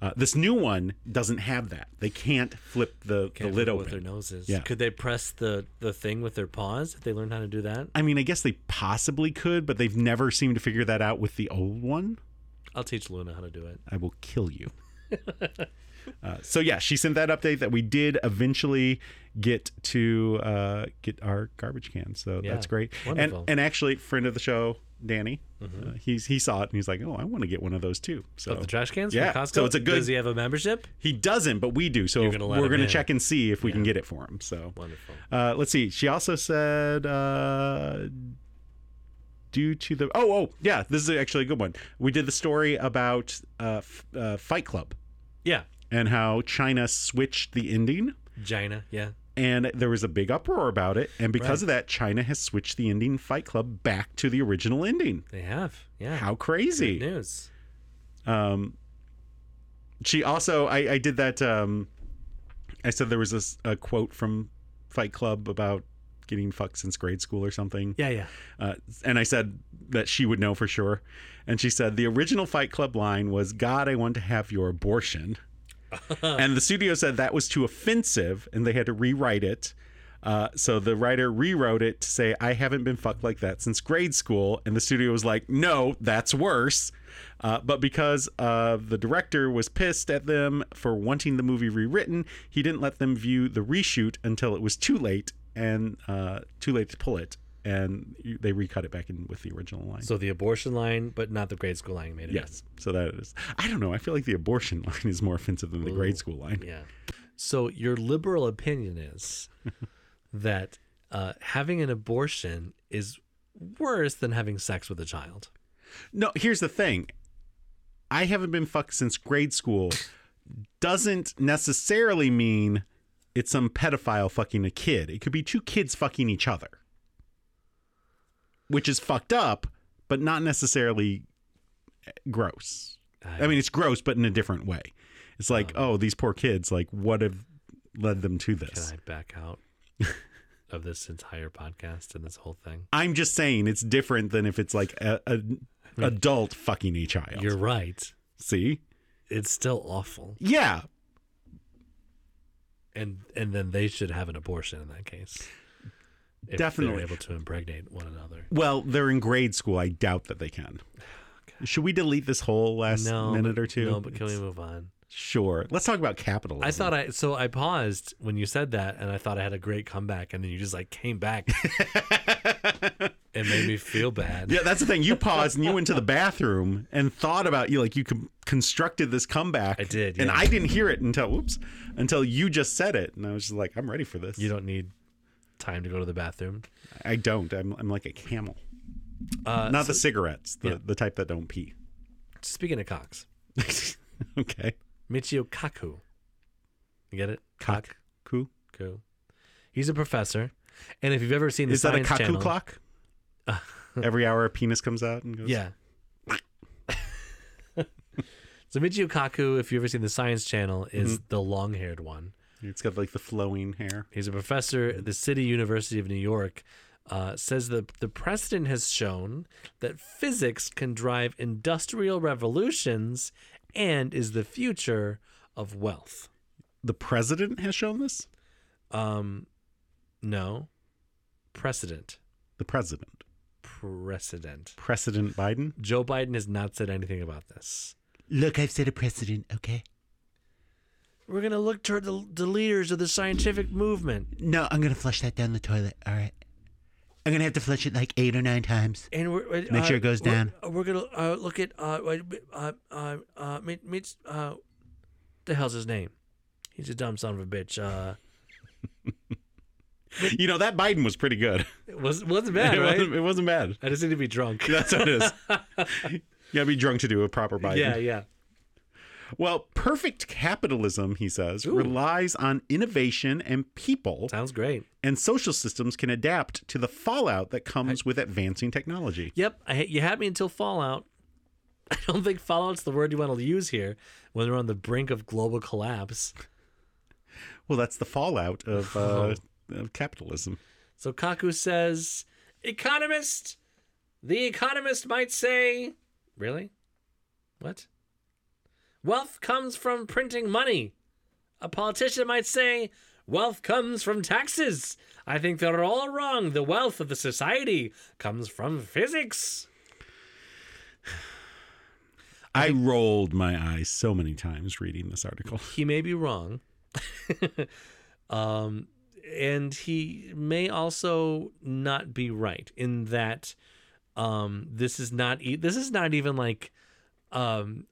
S1: Uh, this new one doesn't have that. They can't flip the,
S2: Can't
S1: the lid
S2: look with
S1: open.
S2: their noses.
S1: Yeah.
S2: Could they press the the thing with their paws if they learned how to do that?
S1: I mean, I guess they possibly could, but they've never seemed to figure that out with the old one.
S2: I'll teach Luna how to do it.
S1: I will kill you. uh, so yeah, she sent that update that we did eventually get to uh, get our garbage can. So
S2: Yeah,
S1: that's great.
S2: wonderful. Mm-hmm.
S1: And and actually, friend of the show, Danny, uh, he's he saw it and he's like, oh, I want to get one of those too. So
S2: Of the trash cans
S1: Oh. Yeah,
S2: from Costco.
S1: so it's a good-
S2: Does he have a membership?
S1: he doesn't, but we do. So
S2: gonna let
S1: we're
S2: him
S1: gonna
S2: in.
S1: check and see if we can get it for him. So
S2: Wonderful.
S1: Uh, let's see. She also said, uh, due to the oh oh yeah, this is actually a good one. We did the story about uh, f- uh, Fight Club
S2: Yeah.
S1: and how China switched the ending,
S2: Gina, yeah.
S1: and there was a big uproar about it. And because of that, China has switched the ending Fight Club back to the original ending.
S2: They have. Yeah.
S1: How crazy!
S2: news.
S1: Um, she also, I, I did that. Um, I said there was this, a quote from Fight Club about getting fucked since grade school or something.
S2: Yeah, yeah.
S1: Uh, and I said that she would know for sure. And she said the original Fight Club line was, God, I want to have your abortion. and the studio said that was too offensive and they had to rewrite it. Uh, so the writer rewrote it to say, I haven't been fucked like that since grade school. And the studio was like, no, that's worse. Uh, but because uh, the director was pissed at them for wanting the movie rewritten, he didn't let them view the reshoot until it was too late and uh, too late to pull it. And you- they recut it back in with the original line.
S2: So the abortion line, but not the grade school line made it.
S1: yes. So that is, I don't know. I feel like the abortion line is more offensive than the grade school line.
S2: in. Yeah. So your liberal opinion is that uh, having an abortion is worse than having sex with a child.
S1: No, here's the thing. I haven't been fucked since grade school doesn't necessarily mean it's some pedophile fucking a kid. It could be two kids fucking each other. Which is fucked up, but not necessarily gross. I mean, it's gross but in a different way. It's like, oh, these poor kids, like what have led them to
S2: Um, Can
S1: this?
S2: I back out of this entire podcast and this whole thing?
S1: I'm just saying it's different than if it's like a, a adult fucking a child.
S2: You're right.
S1: See?
S2: It's still awful.
S1: Yeah.
S2: And and then they should have an abortion in that case. If
S1: Definitely.
S2: they're able to impregnate one another.
S1: Well, they're in grade school. I doubt that they can. Should we delete this whole last
S2: No
S1: minute
S2: but-
S1: or two?
S2: No, but can we
S1: It's-
S2: move on?
S1: Sure. Let's talk about capitalism.
S2: I thought I so I paused when you said that, and I thought I had a great comeback, and then you just like came back and made me feel bad.
S1: Yeah, that's the thing. You paused and you went to the bathroom and thought about you like you com- constructed this comeback.
S2: I did,
S1: and
S2: yeah.
S1: I didn't hear it until whoops, until you just said it, and I was just like, I'm ready for this.
S2: You don't need time to go to the bathroom.
S1: I don't. I'm, I'm like a camel.
S2: Uh,
S1: Not
S2: so
S1: the cigarettes, the
S2: yeah.
S1: the type that don't pee.
S2: speaking of cocks,
S1: okay.
S2: Michio Kaku. You get it?
S1: Cock. Cool.
S2: Kaku. He's a professor, and if you've ever seen the
S1: Is that a
S2: Science
S1: kaku
S2: Channel- Uh.
S1: clock? Every hour a penis comes out and goes.
S2: Yeah. so Michio Kaku, if you've ever seen the Science Channel, is
S1: Mm-hmm.
S2: the long-haired one.
S1: It's got like the flowing hair.
S2: He's a professor at the City University of New York. Uh, says the the precedent has shown that physics can drive industrial revolutions and is the future of wealth.
S1: The president has shown this.
S2: Um, no, precedent,
S1: The president,
S2: precedent.
S1: President Biden.
S2: Joe Biden has not said anything about this.
S1: Look, I've said a precedent. Okay.
S2: We're gonna look toward the, the leaders of the scientific movement.
S1: No, I'm gonna flush that down the toilet. All right. I'm gonna have to flush it like eight or nine times.
S2: and we're, uh,
S1: Make sure it goes
S2: we're-
S1: down.
S2: uh, We're gonna uh, look at uh, wait, uh, uh, uh, meet, meet, uh, the hell's his name? He's a dumb son of a bitch. Uh,
S1: You know that Biden was pretty good.
S2: it was wasn't bad,
S1: it,
S2: right?
S1: wasn't, it wasn't bad.
S2: I just need to be drunk.
S1: That's what it is. you gotta be drunk to do a proper Biden.
S2: yeah, yeah.
S1: Well, perfect capitalism, he says, relies on innovation and people,
S2: Sounds great.
S1: and social systems can adapt to the fallout that comes with advancing technology.
S2: Yep, I, ha- you had me until Fallout. I don't think Fallout's the word you want to use here when we're on the brink of global collapse.
S1: Well, that's the fallout of, uh, of capitalism.
S2: So Kaku says, "Economist, the economist might say, really? What? Wealth comes from printing money. A politician might say, wealth comes from taxes. I think they're all wrong. The wealth of the society comes from physics."
S1: I rolled my eyes so many times reading this article.
S2: He may be wrong. um and he may also not be right in that um this is not e- this is not even like um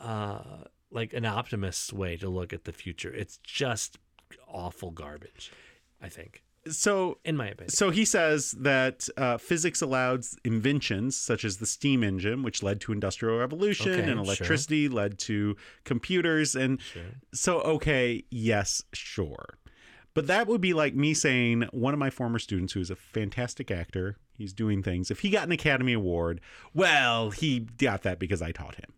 S2: uh like an optimist's way to look at the future. It's just awful garbage, I think,
S1: So
S2: in my opinion.
S1: So he says that uh, physics allows inventions such as the steam engine, which led to industrial revolution,
S2: Okay,
S1: and
S2: sure.
S1: electricity led to computers. And
S2: Sure.
S1: so, okay, yes, sure. But that would be like me saying one of my former students, who is a fantastic actor, he's doing things. If he got an Academy Award, well, he got that because I taught him.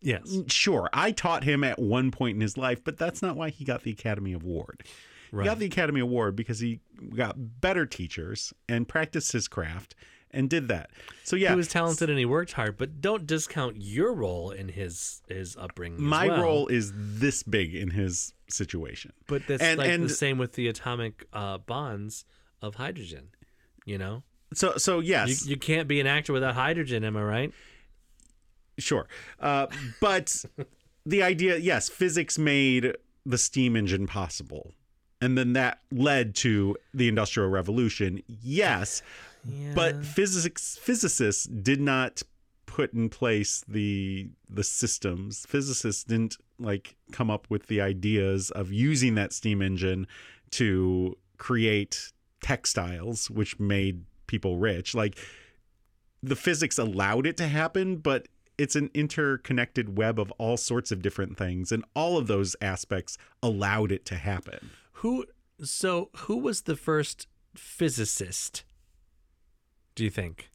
S2: Yes.
S1: Sure, I taught him at one point in his life, but that's not why he got the Academy Award.
S2: Right.
S1: He got the Academy Award because he got better teachers and practiced his craft and did that. So yeah,
S2: He was talented and he worked hard, but don't discount your role in his his upbringing. as
S1: my
S2: well.
S1: role is this big in his situation.
S2: But that's
S1: And-
S2: like the
S1: and-
S2: same with the atomic uh, bonds of hydrogen. You know,
S1: So so
S2: you,
S1: yes,
S2: you can't be an actor without hydrogen. Am I right?
S1: sure. Uh, but the idea, yes, physics made the steam engine possible. And then that led to the industrial revolution. Yes,
S2: Yeah.
S1: but physics physicists did not put in place the the systems physicists didn't like come up with the ideas of using that steam engine to create textiles which made people rich like the physics allowed it to happen but it's an interconnected web of all sorts of different things and all of those aspects allowed it to happen
S2: who? So who was the first physicist? Do you think?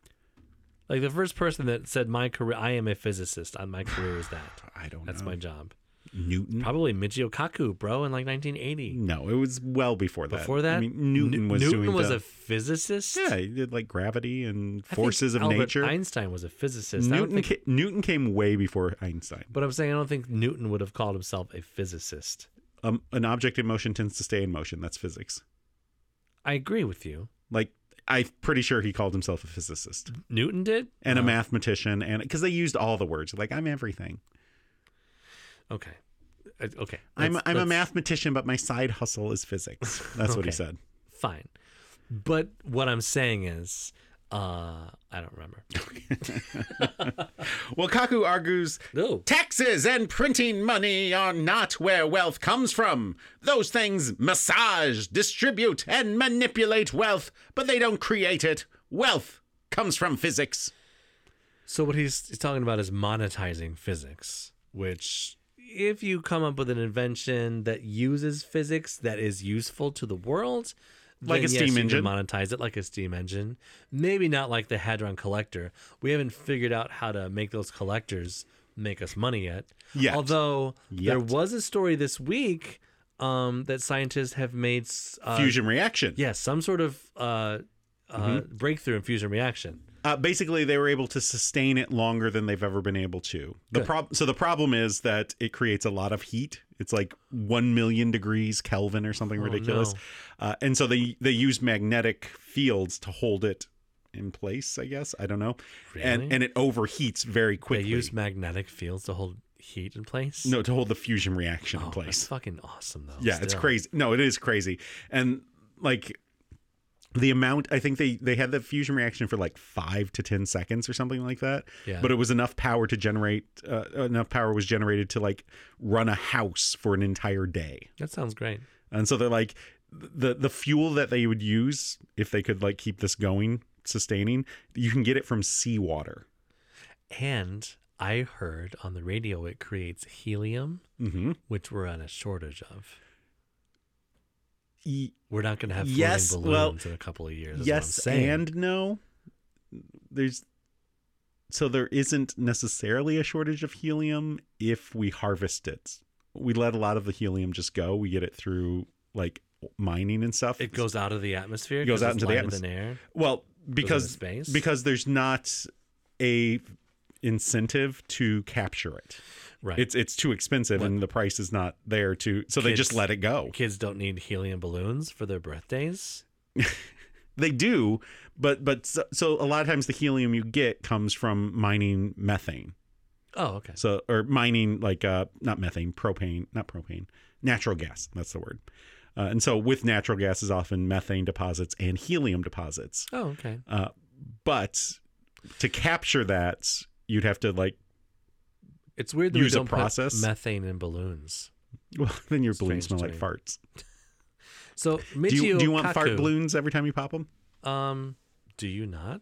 S2: Like the first person that said, "My career, I am a physicist. I- My career is that.
S1: i don't
S2: That's
S1: know
S2: my job."
S1: Newton.
S2: Probably Michio Kaku, bro, in like 1980.
S1: No, it was well before that.
S2: Before that,
S1: I mean, Newton
S2: Nu-
S1: was
S2: Newton
S1: doing
S2: was
S1: the,
S2: a physicist.
S1: yeah, he did like gravity and
S2: I think
S1: forces of
S2: Albert
S1: nature.
S2: Einstein was a physicist. I don't
S1: Newton
S2: think,
S1: ca- Newton came way before Einstein.
S2: but I'm saying I don't think Newton would have called himself a physicist.
S1: Um, an object in motion tends to stay in motion. That's physics.
S2: I agree with you.
S1: Like I'm pretty sure he called himself a physicist
S2: Newton did,
S1: and a
S2: Uh,
S1: mathematician, and because they used all the words, like I'm everything.
S2: Okay, Uh, okay.
S1: I'm
S2: let's-
S1: I'm a
S2: let's-
S1: mathematician, but my side hustle is physics. That's what he
S2: Okay.
S1: said.
S2: Fine, but what I'm saying is, uh, I don't remember.
S1: Well, Kaku argues
S2: No,
S1: Taxes and printing money are not where wealth comes from. Those things massage, distribute, and manipulate wealth, but they don't create it. Wealth comes from physics.
S2: So what he's, he's talking about is monetizing physics, which if you come up with an invention that uses physics that is useful to the world,
S1: Like
S2: then
S1: a
S2: yes,
S1: steam
S2: you can
S1: engine.
S2: monetize it like a steam engine. Maybe not like the hadron collector. We haven't figured out how to make those collectors make us money yet.
S1: Yet.
S2: Although there
S1: Yet.
S2: was a story this week um, that scientists have made s- uh,
S1: Fusion reaction.
S2: yeah, some sort of uh, uh,
S1: Mm-hmm.
S2: breakthrough in fusion reaction.
S1: Uh, basically, they were able to sustain it longer than they've ever been able to. The
S2: Good.
S1: prob- so the problem is that it creates a lot of heat. It's like one million degrees Kelvin or something ridiculous.
S2: Oh, no.
S1: Uh, and so they they used magnetic fields to hold it in place. I guess I don't know. And
S2: Really?
S1: and it overheats very quickly.
S2: They use magnetic fields to hold heat in place.
S1: no, to hold the fusion reaction
S2: oh,
S1: in
S2: That's
S1: place.
S2: fucking awesome though.
S1: Yeah, it's
S2: still.
S1: crazy. No, it is crazy. And like the amount I think they they had the fusion reaction for like 5 to 10 seconds or something like that.
S2: Yeah.
S1: But it was enough power to generate uh, enough power was generated to like run a house for an entire day.
S2: That sounds great.
S1: And so they're like the the fuel that they would use if they could like keep this going, sustaining, you can get it from seawater.
S2: And I heard on the radio it creates helium,
S1: Mhm.
S2: which we're on a shortage of.
S1: E-
S2: We're not going to have floating
S1: Yes,
S2: balloons
S1: well,
S2: in a couple of years. is
S1: yes
S2: what I'm saying.
S1: and no there's so there isn't necessarily a shortage of helium if we harvest it we let a lot of the helium just go we get it through like mining and stuff
S2: it goes out of the atmosphere.
S1: It goes
S2: 'cause
S1: out
S2: it's
S1: into the
S2: lighter than air.
S1: well because
S2: space?
S1: because there's not a incentive to capture it
S2: Right.
S1: it's it's too expensive and the price is not there to so they just
S2: Kids-
S1: let it go
S2: Kids don't need helium balloons for their birthdays.
S1: they do but but so, so a lot of times the helium you get comes from mining methane
S2: Oh, okay.
S1: So or mining like uh not methane, propane, not propane, natural gas. That's the word. Uh, and so with natural gas is often methane deposits and helium deposits.
S2: Oh, okay.
S1: Uh, but to capture that, you'd have to like
S2: It's weird that
S1: Use a
S2: we don't put
S1: process?
S2: methane in balloons.
S1: well then your balloons smell
S2: Strange to
S1: like farts.
S2: So Michio
S1: Do you do you want fart
S2: Kaku-
S1: balloons every time you pop them?
S2: Um, do you not?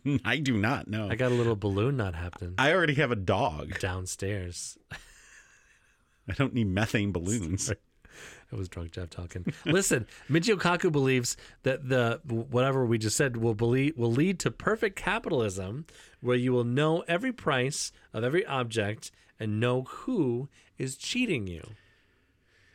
S1: I do not. No.
S2: I got a little balloon not happening
S1: I already have a dog.
S2: downstairs.
S1: I don't need methane balloons.
S2: I was drunk, Jeff talking. Listen, Michio Kaku believes that the whatever we just said will believe will lead to perfect capitalism, where you will know every price of every object and know who is cheating you,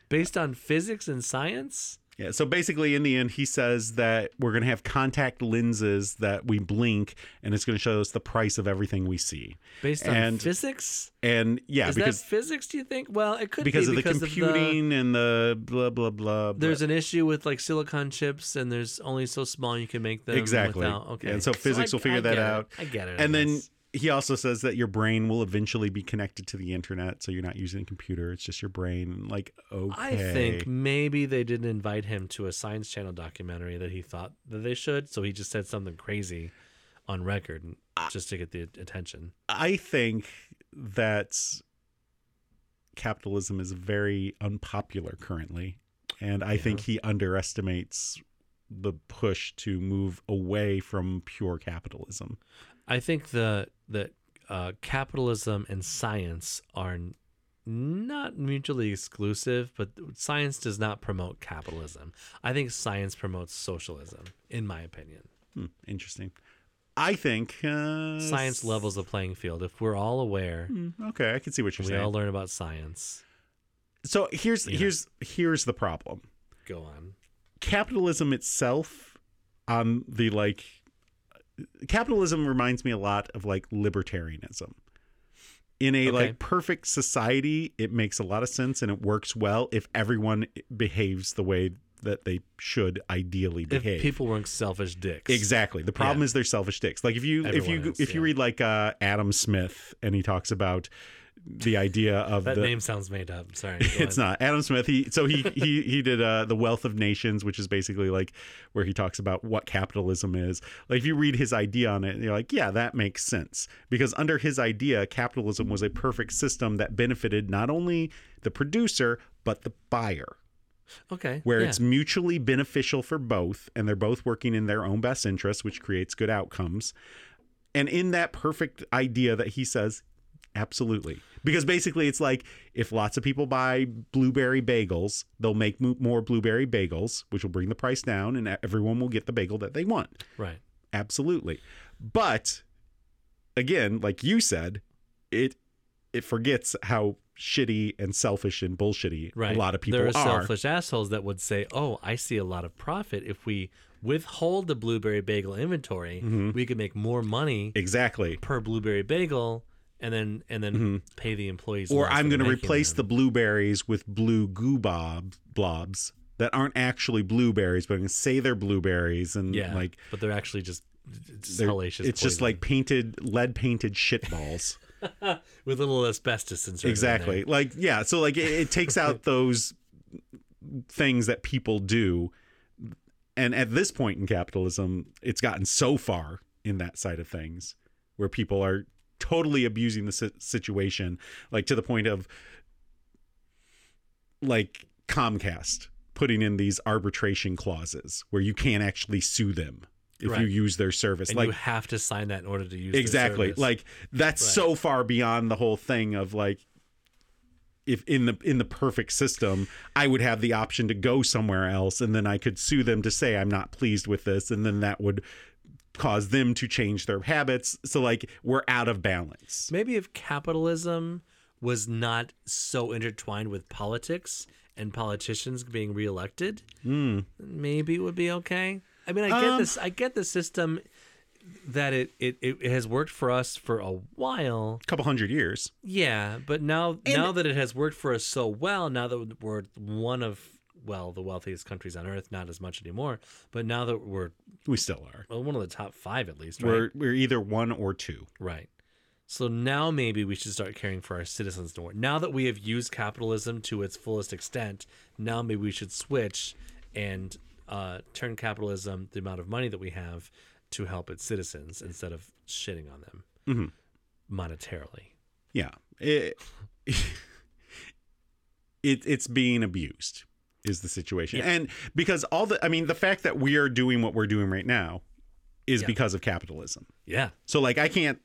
S2: based on physics and science.
S1: Yeah, so basically, in the end, he says that we're going to have contact lenses that we blink, and it's going to show us the price of everything we see.
S2: Based on
S1: And-
S2: physics,
S1: And yeah,
S2: is
S1: because
S2: that physics? Do you think? Well, it could
S1: because
S2: be
S1: of the
S2: because
S1: computing and the blah blah blah. blah.
S2: there's an issue with like silicon chips, and there's only so small you can make them.
S1: Exactly.
S2: Without, okay.
S1: And so physics will figure that
S2: get it.
S1: out.
S2: I get it. I
S1: and then
S2: guess.
S1: he also says that your brain will eventually be connected to the internet, so you're not using a computer; it's just your brain. Like okay,
S2: I think maybe they didn't invite him to a Science Channel documentary that he thought that they should, so he just said something crazy on record and-
S1: Ah.
S2: just to get the attention.
S1: I think that capitalism is very unpopular currently. And I think he underestimates the push to move away from pure capitalism.
S2: I think the that uh, capitalism and science are n- not mutually exclusive, but science does not promote capitalism. I think science promotes socialism, in my opinion.
S1: Hmm, interesting. I think uh,
S2: Science levels the playing field. If we're all aware,
S1: Hmm, Okay, I can see what you're
S2: we
S1: saying.
S2: all learn about science.
S1: so here's
S2: Yeah.
S1: here's here's the problem.
S2: Go on.
S1: capitalism itself on the like capitalism reminds me a lot of like libertarianism in a
S2: Okay.
S1: like perfect society it makes a lot of sense and it works well if everyone behaves the way that they should ideally
S2: If
S1: behave
S2: people weren't selfish dicks,
S1: Exactly. The problem
S2: Yeah.
S1: is they're selfish dicks. Like if you if
S2: Everyone
S1: you
S2: is,
S1: if you
S2: yeah.
S1: read like uh, Adam Smith and he talks about the idea of
S2: That
S1: the
S2: name sounds made up. Sorry, go
S1: it's
S2: on.
S1: not Adam Smith. He so he he he did uh, the Wealth of Nations, which is basically like where he talks about what capitalism is. Like if you read his idea on it, you're like, yeah, that makes sense because under his idea, capitalism was a perfect system that benefited not only the producer but the buyer,
S2: okay.
S1: where
S2: yeah.
S1: it's mutually beneficial for both, and they're both working in their own best interest, which creates good outcomes. And in that perfect idea that he says, Absolutely. Because basically, it's like if lots of people buy blueberry bagels, they'll make mo- more blueberry bagels, which will bring the price down, and e-, everyone will get the bagel that they want.
S2: right.
S1: Absolutely. But again, like you said, it it forgets how shitty and selfish and bullshitty
S2: Right.
S1: a lot of people
S2: there
S1: are.
S2: are selfish assholes that would say, "Oh, I see a lot of profit if we withhold the blueberry bagel inventory.
S1: Mm-hmm.
S2: We could make more money
S1: Exactly.
S2: per blueberry bagel, and then and then pay the employees."
S1: Mm-hmm. Or I'm going to replace the blueberries with blue goo bob blobs that aren't actually blueberries, but I'm going to say they're blueberries and
S2: yeah,
S1: like
S2: but they're actually just it's
S1: They're-
S2: hellacious.
S1: It's just
S2: poison
S1: like painted lead painted shit balls.
S2: with a little asbestos inserted. in
S1: exactly. Like yeah, so like it, it takes out those things that people do. And at this point in capitalism, it's gotten so far in that side of things where people are totally abusing the si- situation like to the point of like Comcast putting in these arbitration clauses where you can't actually sue them if you
S2: Right.
S1: use their service
S2: there. and
S1: like
S2: you have to sign that in order to use their
S1: exactly
S2: service.
S1: like that's
S2: Right.
S1: so far beyond the whole thing of like if in the in the perfect system i would have the option to go somewhere else and then i could sue them to say i'm not pleased with this and then that would cause them to change their habits so like we're out of balance
S2: Maybe if capitalism was not so intertwined with politics and politicians being reelected, maybe it would be okay. I mean, I get
S1: Hmm. Um,
S2: this. I get the system that it, it it has worked for us for a while.
S1: a couple hundred years
S2: Yeah, but now now that it has worked for us so well, now that we're one of well the wealthiest countries on earth, not as much anymore. But now that we're
S1: we still are
S2: well, one of the top five at least, right?
S1: we're we're either one or two
S2: Right. So now maybe we should start caring for our citizens more. Now that we have used capitalism to its fullest extent, now maybe we should switch and uh, turn capitalism, the amount of money that we have, to help its citizens instead of shitting on them
S1: Mm-hmm.
S2: monetarily.
S1: yeah it, it it's being abused is the situation
S2: Yeah.
S1: and because all the i mean the fact that we are doing what we're doing right now is
S2: Yeah.
S1: because of capitalism
S2: Yeah.
S1: so like i can't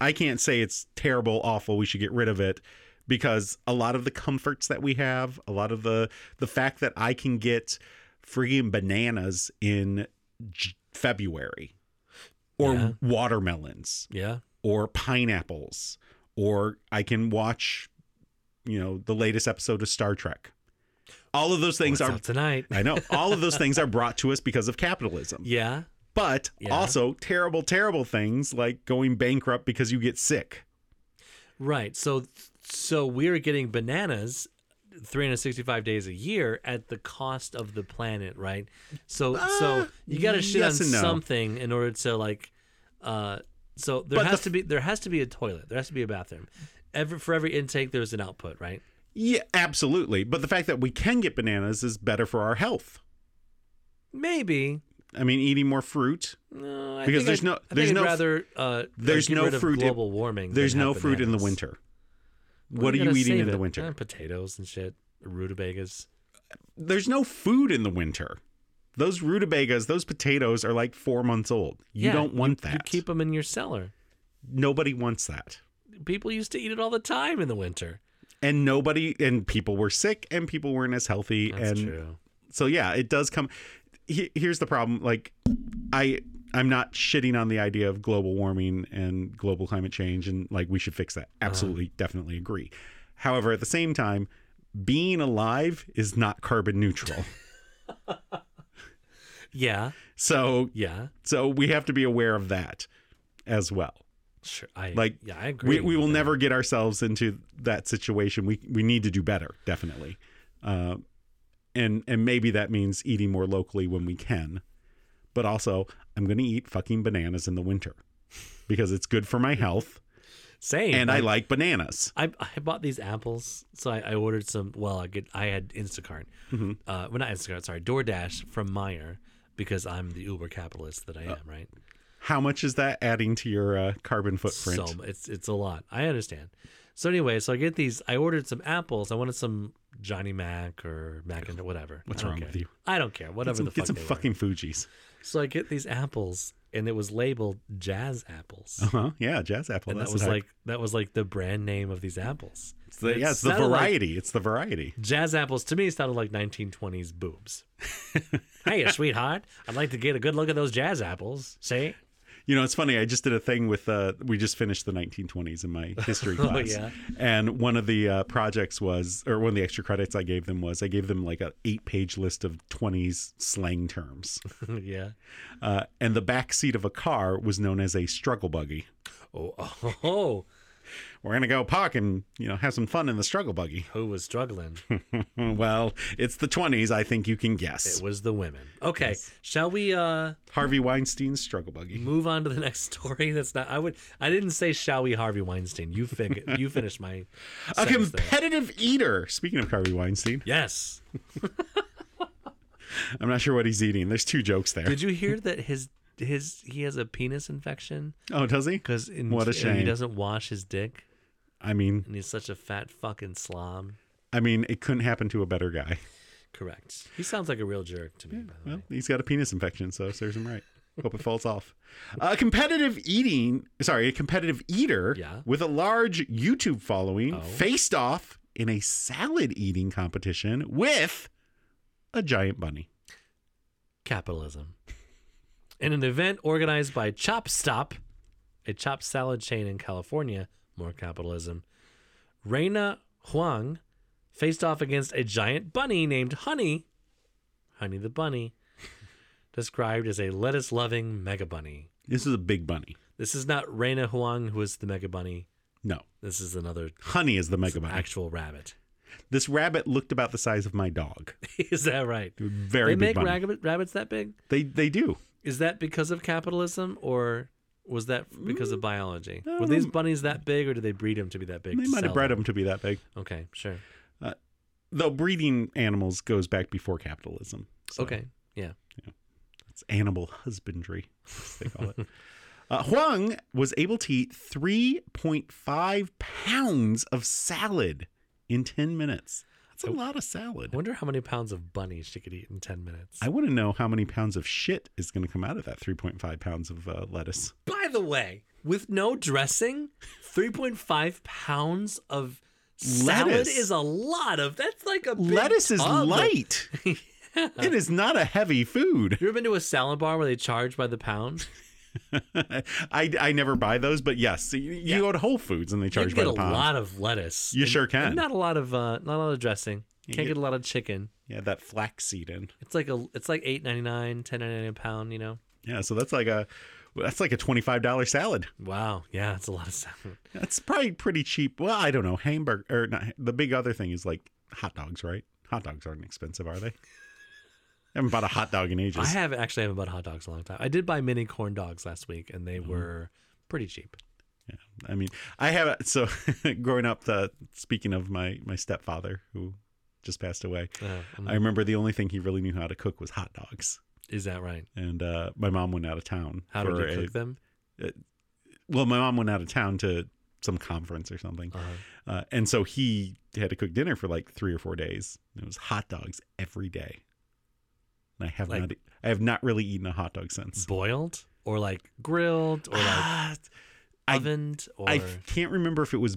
S1: i can't say it's terrible awful we should get rid of it because a lot of the comforts that we have a lot of the the fact that i can get friggin' bananas in J- february or
S2: Yeah.
S1: watermelons
S2: Yeah.
S1: or pineapples, or I can watch, you know, the latest episode of Star Trek. All of those things
S2: What's
S1: are,
S2: up tonight.
S1: I know, all of those things are brought to us because of capitalism,
S2: Yeah.
S1: but
S2: Yeah.
S1: also terrible, terrible things like going bankrupt because you get sick.
S2: Right. So so we're getting bananas 365 days a year at the cost of the planet, right? So so
S1: Uh,
S2: you got to shit
S1: yes
S2: on
S1: and no.
S2: something in order to like uh so there
S1: But the
S2: has
S1: f-
S2: to be there has to be a toilet. There has to be a bathroom. Every for every intake there's an output, right?
S1: Yeah, absolutely. But the fact that we can get bananas is better for our health.
S2: Maybe.
S1: I mean, eating more fruit.
S2: No, I
S1: Because
S2: think
S1: there's
S2: I'd-
S1: no-
S2: I think
S1: there's
S2: I'd
S1: no-
S2: rather uh
S1: there's
S2: get
S1: no
S2: rid of
S1: fruit in-
S2: global warming. than
S1: There's
S2: have
S1: no fruit in the
S2: bananas.
S1: winter.
S2: Well,
S1: What are you
S2: gotta
S1: eating
S2: save
S1: in the
S2: it.
S1: winter?
S2: Eh, potatoes and shit, rutabagas.
S1: there's no food in the winter. Those rutabagas, those potatoes are like four months old. You
S2: Yeah,
S1: don't want that.
S2: You keep them in your cellar.
S1: nobody wants that.
S2: people used to eat it all the time in the winter.
S1: And nobody and people were sick and people weren't as healthy
S2: That's
S1: and
S2: true.
S1: so yeah, it does come he- here's the problem like I I'm not shitting on the idea of global warming and global climate change and like we should fix that. Absolutely, definitely agree. However, at the same time, being alive is not carbon neutral.
S2: Yeah.
S1: so
S2: Yeah.
S1: so we have to be aware of that as well.
S2: Sure. I
S1: Like,
S2: yeah, I agree.
S1: We, we will
S2: with that.
S1: never get ourselves into that situation. We we need to do better, definitely. Uh, and and maybe that means eating more locally when we can. But also, I'm going to eat fucking bananas in the winter because it's good for my health
S2: Same.
S1: and I
S2: like.
S1: like bananas.
S2: I, I bought these apples, so I, I ordered some. Well, I get I had Instacart,
S1: Mm-hmm.
S2: uh, well not Instacart, sorry, DoorDash from Meyer because I'm the Uber capitalist that I
S1: Uh,
S2: am, right?
S1: How much is that adding to your uh, carbon footprint?
S2: So it's it's a lot. I understand. So anyway, so I get these. I ordered some apples. I wanted some Johnny Mac or Mac and whatever.
S1: What's
S2: I don't
S1: wrong
S2: care.
S1: with you?
S2: I don't care.
S1: get
S2: Whatever
S1: some,
S2: the
S1: get
S2: fuck.
S1: some
S2: they were.
S1: fucking Fuji's.
S2: So I get these apples, and it was labeled jazz apples.
S1: Uh huh. Yeah, jazz apple.
S2: And
S1: that's
S2: that
S1: the
S2: was
S1: type.
S2: like that was like the brand name of these apples.
S1: It's the,
S2: it
S1: yeah, it's the
S2: sounded like-
S1: variety. it's the variety.
S2: Jazz apples to me sounded like 1920s boobs. hey, sweetheart, I'd like to get a good look at those jazz apples. See?
S1: You know, it's funny. I just did a thing with. Uh, we just finished the 1920s in my history
S2: Oh,
S1: class,
S2: yeah.
S1: and one of the uh, projects was, or one of the extra credits I gave them was, I gave them like a eight-page list of 20s slang terms,
S2: yeah.
S1: uh, and the back seat of a car was known as a struggle buggy.
S2: Oh, oh, oh,
S1: We're gonna go park and you know have some fun in the struggle buggy.
S2: who was struggling?
S1: well, it's the 20s. I think you can guess.
S2: It was the women. Okay, shall we uh
S1: Harvey Weinstein's struggle buggy.
S2: move on to the next story? That's not. I would. I didn't say shall we Harvey Weinstein. You fig- You finished my.
S1: A
S2: sentence there.
S1: competitive eater. Speaking of Harvey Weinstein,
S2: Yes.
S1: I'm not sure what he's eating. There's two jokes there.
S2: Did you hear that his his he has a penis infection
S1: oh, does he?
S2: because
S1: What a
S2: he
S1: shame.
S2: doesn't wash his dick
S1: I mean,
S2: and he's such a fat fucking slob.
S1: I mean, it couldn't happen to a better guy.
S2: Correct. He sounds like a real jerk to me, by the way.
S1: Well, he's got a penis infection, so serves him right. Hope it falls off. A competitive eating, sorry, a competitive eater
S2: Yeah. Oh.
S1: with a large YouTube following faced off in a salad eating competition with a giant bunny.
S2: Capitalism. In an event organized by Chop Stop, a chopped salad chain in California, more capitalism, Reina Huang faced off against a giant bunny named Honey, Honey the Bunny, described as a lettuce loving mega bunny.
S1: This is a big bunny.
S2: This is not Reina Huang, who is the mega bunny.
S1: No,
S2: This is another
S1: honey is the mega bunny.
S2: actual rabbit.
S1: This rabbit looked about the size of my dog.
S2: is that right?
S1: Very
S2: they
S1: big
S2: make
S1: bunny.
S2: rabbit, rabbits that big?
S1: they they do.
S2: Is that because of capitalism or was that because
S1: Mm.
S2: of biology? Were these bunnies that big or did they breed them to be that big?
S1: They
S2: to
S1: might have
S2: sell
S1: bred them to be that big.
S2: Okay, sure.
S1: Though breeding animals goes back before capitalism. So.
S2: Okay, yeah.
S1: It's animal husbandry, as they call it. Uh, Huang was able to eat 3.5 pounds of salad in 10 minutes. That's a lot of
S2: I
S1: salad.
S2: wonder how many pounds of bunnies she could eat in 10 minutes.
S1: I want to know how many pounds of shit is going to come out of that 3.5 pounds of uh, lettuce.
S2: By the way, with no dressing, 3.5 pounds of salad
S1: Lettuce.
S2: is a lot of. That's like a big
S1: Lettuce is
S2: tub of-
S1: light. It is not a heavy food.
S2: You ever been to a salad bar where they charge by the pound?
S1: I, I never buy those, but yes, you, you go to Whole Foods and they
S2: You
S1: charge
S2: can
S1: by the
S2: get a
S1: pound.
S2: lot of lettuce.
S1: You
S2: and-
S1: sure can.
S2: and Not a lot of uh, not a lot of dressing. Can't
S1: get-
S2: get a lot of chicken.
S1: Yeah, that flaxseed in.
S2: It's like a it's like eight ninety nine, ten ninety nine a pound, you know.
S1: Yeah, so that's like a that's like a $25 salad.
S2: Wow, yeah, it's a lot of salad.
S1: That's probably pretty cheap. Well, I don't know. Hamburger or not, the big other thing is like hot dogs, right? Hot dogs aren't expensive, are they? I haven't bought a hot dog in ages.
S2: I have actually haven't bought hot dogs in a long time. I did buy mini corn dogs last week and they were pretty cheap.
S1: I mean, I have so growing up. The speaking of my my stepfather who just passed away,
S2: Uh, um,
S1: I remember the only thing he really knew how to cook was hot dogs.
S2: is that right?
S1: And uh, my mom went out of town.
S2: How did
S1: for
S2: you
S1: a-
S2: cook them?
S1: Well, my mom went out of town to some conference or something,
S2: Uh,
S1: uh, and so he had to cook dinner for like three or four days. It was hot dogs every day, and I have
S2: Like-
S1: not. e, I have not really eaten a hot dog since.
S2: boiled or like grilled or like
S1: Ah, I-
S2: ovened or
S1: I can't remember if it was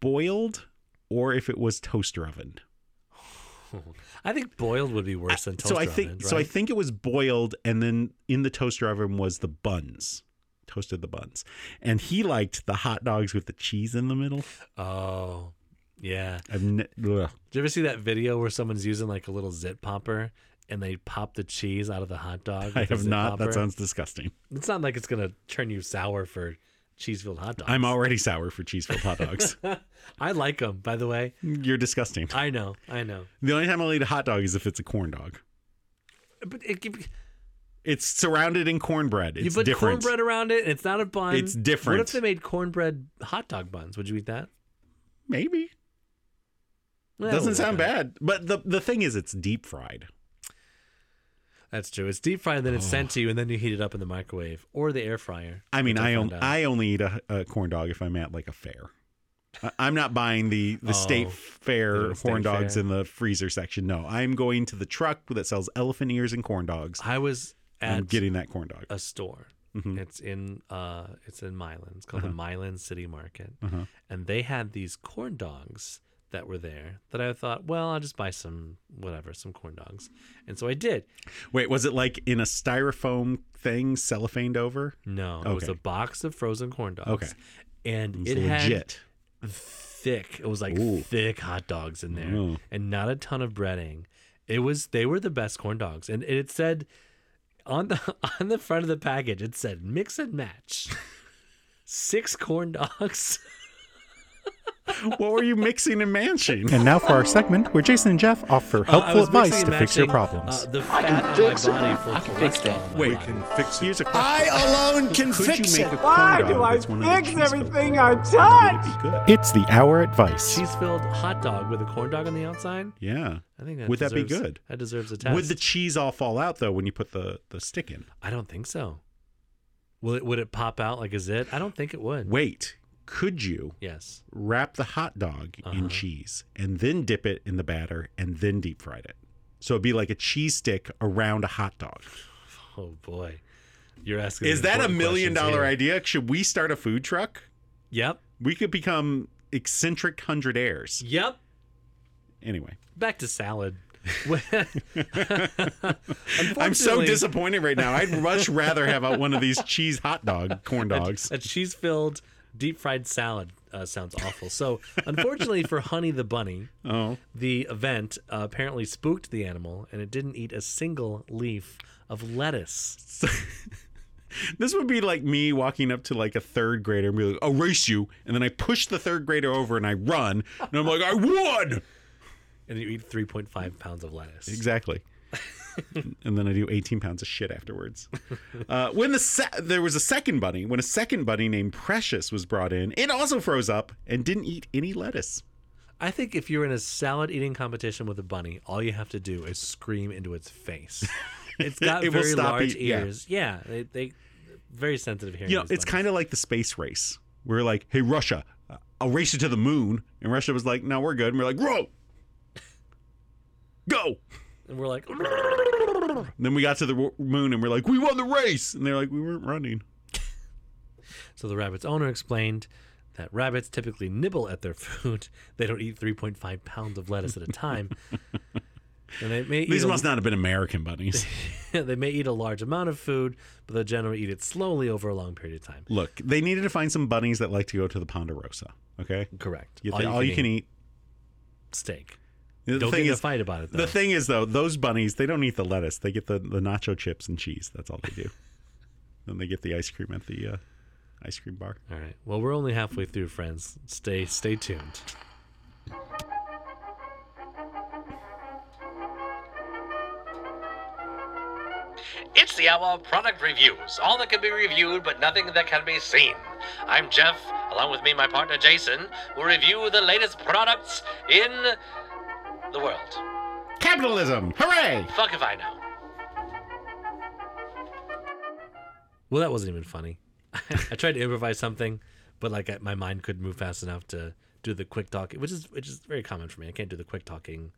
S1: boiled or if it was toaster oven.
S2: I think boiled would be worse than toaster
S1: so I think
S2: oven,
S1: so I
S2: right?
S1: think it was boiled and then in the toaster oven was the buns. Toasted the buns. And he liked the hot dogs with the cheese in the middle.
S2: oh, yeah.
S1: I've ne- ugh.
S2: Did you ever see that video where someone's using like a little zit popper and they pop the cheese out of the hot dog?
S1: I
S2: with a
S1: have
S2: zit
S1: not.
S2: popper?
S1: That sounds disgusting.
S2: It's not like it's gonna turn you sour for cheese filled hot dogs.
S1: I'm already sour for cheese filled hot dogs.
S2: I like them, by the way.
S1: You're disgusting.
S2: I know, I know.
S1: The only time I'll eat a hot dog is if it's a corn dog.
S2: But it, it-
S1: It's surrounded in cornbread.
S2: you
S1: It's
S2: put
S1: different.
S2: cornbread around it, and it's not a bun.
S1: It's different.
S2: What if they made cornbread hot dog buns? Would you eat that?
S1: Maybe.
S2: Well, that
S1: Doesn't
S2: would
S1: sound
S2: work out.
S1: bad. But the the thing is it's deep fried.
S2: That's true. It's deep fried, and then it's
S1: Oh.
S2: sent to you, and then you heat it up in the microwave or the air fryer.
S1: I mean,
S2: Which
S1: I
S2: found
S1: on-
S2: out.
S1: I only eat a, a corn dog if I'm at like a fair. I- I'm not buying the the state
S2: Oh,
S1: fair
S2: the state
S1: corn dogs
S2: fair.
S1: in the freezer section. No, I'm going to the truck that sells elephant ears and corn dogs.
S2: I was
S1: I'm
S2: at
S1: getting that corn dog.
S2: a store.
S1: Mhm.
S2: It's in uh, it's in Milan. It's called the Milan City Market,
S1: Uh-huh.
S2: and they had these corn dogs that were there. That I thought, well, I'll just buy some whatever, some corn dogs, and so I did.
S1: Wait, was it like in a styrofoam thing, cellophaned over?
S2: No, it was
S1: Okay.
S2: a box of frozen corn dogs.
S1: Okay.
S2: and
S1: It's
S2: it had
S1: legit.
S2: thick. It was like
S1: Ooh. Mm.
S2: thick hot dogs in there,
S1: Ooh.
S2: and not a ton of breading. It was they were the best corn dogs, and it said on the on the front of the package it said mix and match. Six corn dogs.
S1: what were you mixing and manching?
S3: And now for our segment where Jason and Jeff offer helpful
S2: Uh, was
S3: advice
S2: mixing
S3: to
S2: and
S3: fix your
S2: matching,
S3: problems.
S2: Uh, the fat on my body for cholesterol. in my
S1: Wait,
S2: body.
S1: fix Here's a question.
S4: I alone can
S1: Could you
S4: fix
S1: make
S4: it.
S1: a corn
S5: Why
S1: dog
S5: do I
S1: that's one of the
S5: fix
S1: cheese filled
S5: everything
S1: ones?
S5: I
S1: Would it be good?
S3: it's the hour advice.
S2: cheese-filled hot dog with a corn dog on the outside.
S1: Yeah.
S2: I think that
S1: Would that be
S2: deserves-
S1: good?
S2: That deserves a test.
S1: Would the cheese all fall out though when you put the the stick in?
S2: I don't think so. Will it? Would it pop out like a zit? I don't think it would.
S1: Wait, could you
S2: Yes.
S1: wrap the hot dog in cheese and then dip it in the batter and then deep fried it? So it'd be like a cheese stick around a hot dog.
S2: Oh boy, you're asking.
S1: Is that a
S2: important
S1: million
S2: questions
S1: dollar
S2: here.
S1: idea? Should we start a food truck?
S2: Yep.
S1: We could become um, eccentric hundred heirs.
S2: Yep.
S1: Anyway,
S2: Back to salad.
S1: I'm so
S2: Unfortunately,
S1: disappointed right now. I'd much rather have a, one of these cheese hot dog corn dogs.
S2: A cheese filled deep fried salad uh, sounds awful. So, unfortunately for Honey the Bunny,
S1: Oh,
S2: the event uh, apparently spooked the animal and it didn't eat a single leaf of lettuce.
S1: This would be like me walking up to like a third grader and be like, "I'll race you," and then I push the third grader over and I run, and I'm like, "I won!"
S2: And you eat 3.5 pounds of lettuce.
S1: Exactly. and then I do 18 pounds of shit afterwards. Uh, when the se- there was a second bunny, when a second bunny named Precious was brought in, it also froze up and didn't eat any lettuce.
S2: I think if you're in a salad eating competition with a bunny, all you have to do is scream into its face. It's got
S1: It will
S2: very
S1: stop
S2: large
S1: eat- yeah.
S2: ears. Yeah, they, they very sensitive hearing.
S1: You know, it's kind of like the space race. We're like, "Hey Russia, uh, I'll race you to the moon," and Russia was like, "No, we're good." And we're like, "Whoa, go!"
S2: and we're like,
S1: And then we got to the w- moon and we're like, we won the race. And they're like, we weren't running.
S2: so the rabbit's owner explained that rabbits typically nibble at their food. They don't eat 3.5 pounds of lettuce at a time. And they may
S1: These
S2: eat a-
S1: must not have been American bunnies.
S2: they may eat a large amount of food, but they generally eat it slowly over a long period of time.
S1: Look, they needed to find some bunnies that like to go to the Ponderosa. Okay,
S2: Correct.
S1: You thi- all, you can eat.
S2: steak.
S1: The
S2: Don't
S1: thing
S2: get in a
S1: is,
S2: fight about it though.
S1: the thing is though, those bunnies they don't eat the lettuce. They get the, the nacho chips and cheese. That's all they do. then they get the ice cream at the uh, ice cream bar.
S2: All right. Well, we're only halfway through, friends. Stay stay tuned.
S6: It's the hour of product reviews. All that can be reviewed, but nothing that can be seen. I'm Jeff. Along with me, my partner Jason, will review the latest products in the world.
S1: Capitalism! Hooray!
S6: Fuck if I know.
S2: Well, that wasn't even funny. I tried to improvise something, but like I, my mind couldn't move fast enough to do the quick talk, which is which is very common for me. I can't do the quick talking.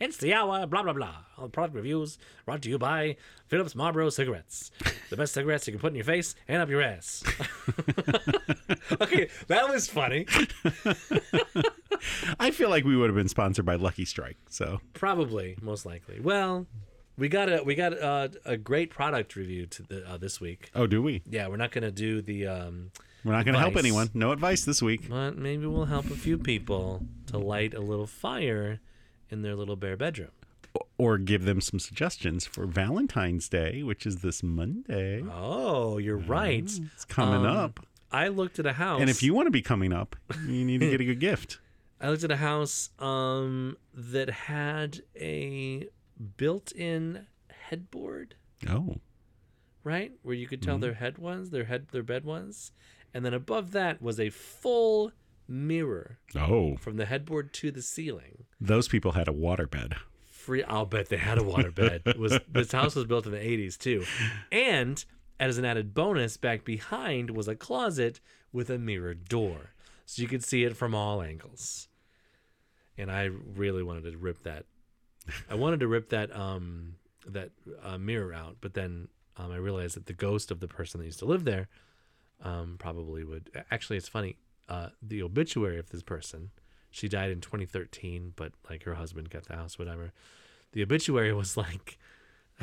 S2: It's the hour, blah blah blah. All product reviews brought to you by Phillips Marlboro cigarettes, the best cigarettes you can put in your face and up your ass. okay, that was funny.
S1: I feel like we would have been sponsored by Lucky Strike. So
S2: Probably, most likely. Well, we got a we got a, a great product review to the, uh, this week.
S1: oh, do we?
S2: Yeah, we're not gonna do the. Um,
S1: We're not going to help
S2: Advice.
S1: anyone. No advice this week.
S2: but maybe we'll help a few people to light a little fire in their little bare bedroom.
S1: Or give them some suggestions for Valentine's Day, which is this Monday.
S2: Oh, you're right.
S1: Mm, It's coming
S2: Um,
S1: up.
S2: I looked at a house,
S1: And if you want to be coming up, you need to get a good gift.
S2: I looked at a house um that had a built-in headboard,
S1: Oh,
S2: right? Where you could
S1: Mm-hmm.
S2: tell their head was, their head their bed was. And then above that was a full mirror
S1: oh!
S2: from the headboard to the ceiling.
S1: Those people had a waterbed.
S2: Free I'll bet they had a waterbed. It was this house was built in the 80s too. And as an added bonus, back behind was a closet with a mirrored door. So you could see it from all angles. And I really wanted to rip that. I wanted to rip that um that uh, mirror out, but then um, I realized that the ghost of the person that used to live there um, probably would. Actually, it's funny. Uh, the obituary of this person, she died in 2013, but like her husband got the house, whatever. The obituary was like,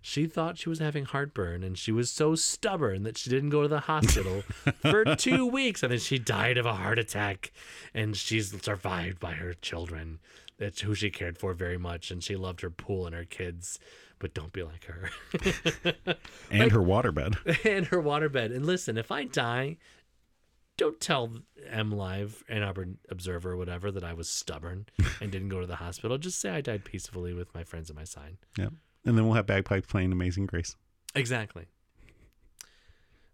S2: she thought she was having heartburn, and she was so stubborn that she didn't go to the hospital for two weeks, and then she died of a heart attack, and she's survived by her children. That's who she cared for very much, and she loved her pool and her kids, but don't be like her.
S1: and her waterbed.
S2: and her waterbed. And listen, if I die, don't tell M Live and Auburn Observer or whatever that I was stubborn and didn't go to the hospital. Just say I died peacefully with my friends at my side.
S1: Yeah. And then we'll have Bagpipe playing Amazing Grace.
S2: Exactly.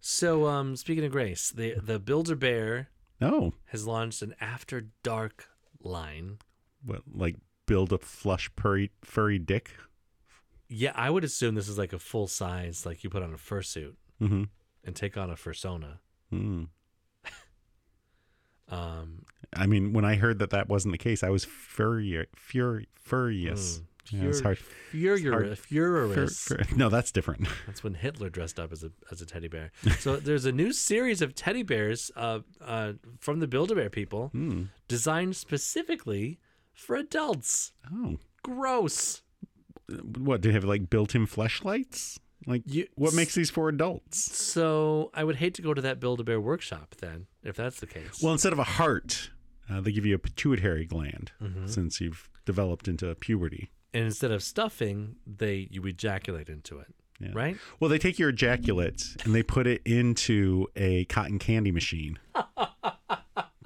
S2: So, um, speaking of Grace, the the Builder Bear
S1: Oh,
S2: has launched an after dark line.
S1: what like build a flush furry furry dick?
S2: Yeah, I would assume this is like a full size, like you put on a fursuit
S1: Mm-hmm.
S2: and take on a fursona.
S1: Mm.
S2: Um,
S1: I mean, when I heard that that wasn't the case, I was furious. Fury, furious.
S2: mm,
S1: Yeah, it's hard.
S2: Furious. Furious.
S1: Fur- fur- no, that's different.
S2: That's when Hitler dressed up as a as a teddy bear. So there's a new series of teddy bears uh, uh, from the Build-A-Bear people,
S1: Mm.
S2: designed specifically for adults.
S1: Oh,
S2: Gross.
S1: what do you have like built-in fleshlights? Like,
S2: You-
S1: what makes these for adults?
S2: So I would hate to go to that Build-A-Bear workshop then, if that's the case.
S1: Well, instead of a heart, uh, they give you a pituitary gland since you've developed into puberty.
S2: and instead of stuffing, they you ejaculate into it,
S1: Yeah.
S2: right?
S1: Well, they take your ejaculate and they put it into a cotton candy machine,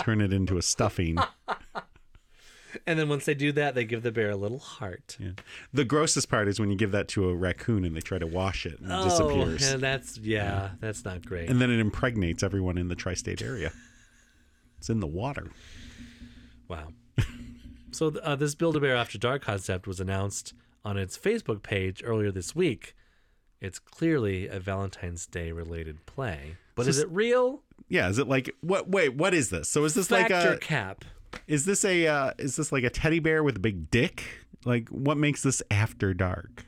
S1: turn it into a stuffing.
S2: And then once they do that, they give the bear a little heart.
S1: Yeah. The grossest part is when you give that to a raccoon and they try to wash it and it disappears.
S2: Oh, yeah, that's yeah, that's not great.
S1: And then it impregnates everyone in the tri state area. It's in the water.
S2: Wow. so th- uh, this Build-A-Bear After Dark concept was announced on its Facebook page earlier this week. It's clearly a Valentine's Day related play, but is it real?
S1: Yeah, is it like what wait, what is this? So is this
S2: Factor
S1: like a
S2: cap.
S1: is this a uh, is this like a teddy bear with a big dick? Like what makes this after dark?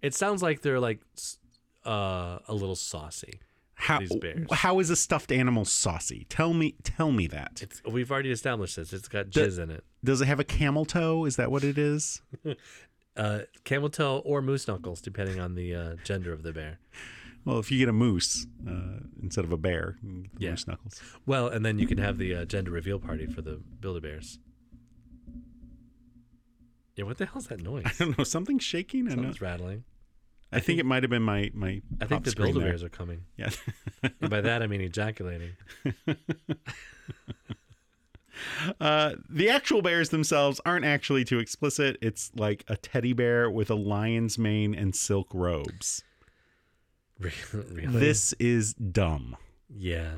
S2: It sounds like they're like s- uh, a little saucy.
S1: How
S2: These bears.
S1: how is a stuffed animal saucy? Tell me tell me that.
S2: It's we've already established this. It's got jizz in it.
S1: Does it have a camel toe? Is that what it is?
S2: Uh, camel toe or moose knuckles, depending on the uh, gender of the bear.
S1: Well, if you get a moose uh, instead of a bear, you get the
S2: Yeah.
S1: moose knuckles.
S2: Well, and then you can have the uh, gender reveal party for the Build-A-Bears. Yeah, what the hell's that noise?
S1: I don't know, something's shaking. I, know.
S2: Something's rattling.
S1: I think it might have been my my.
S2: I think
S1: pop
S2: the
S1: screen
S2: builder
S1: there.
S2: bears are coming.
S1: Yeah.
S2: And by that I mean ejaculating.
S1: Uh, the actual bears themselves aren't actually too explicit. It's like a teddy bear with a lion's mane and silk robes.
S2: Re- really?
S1: This is dumb.
S2: Yeah.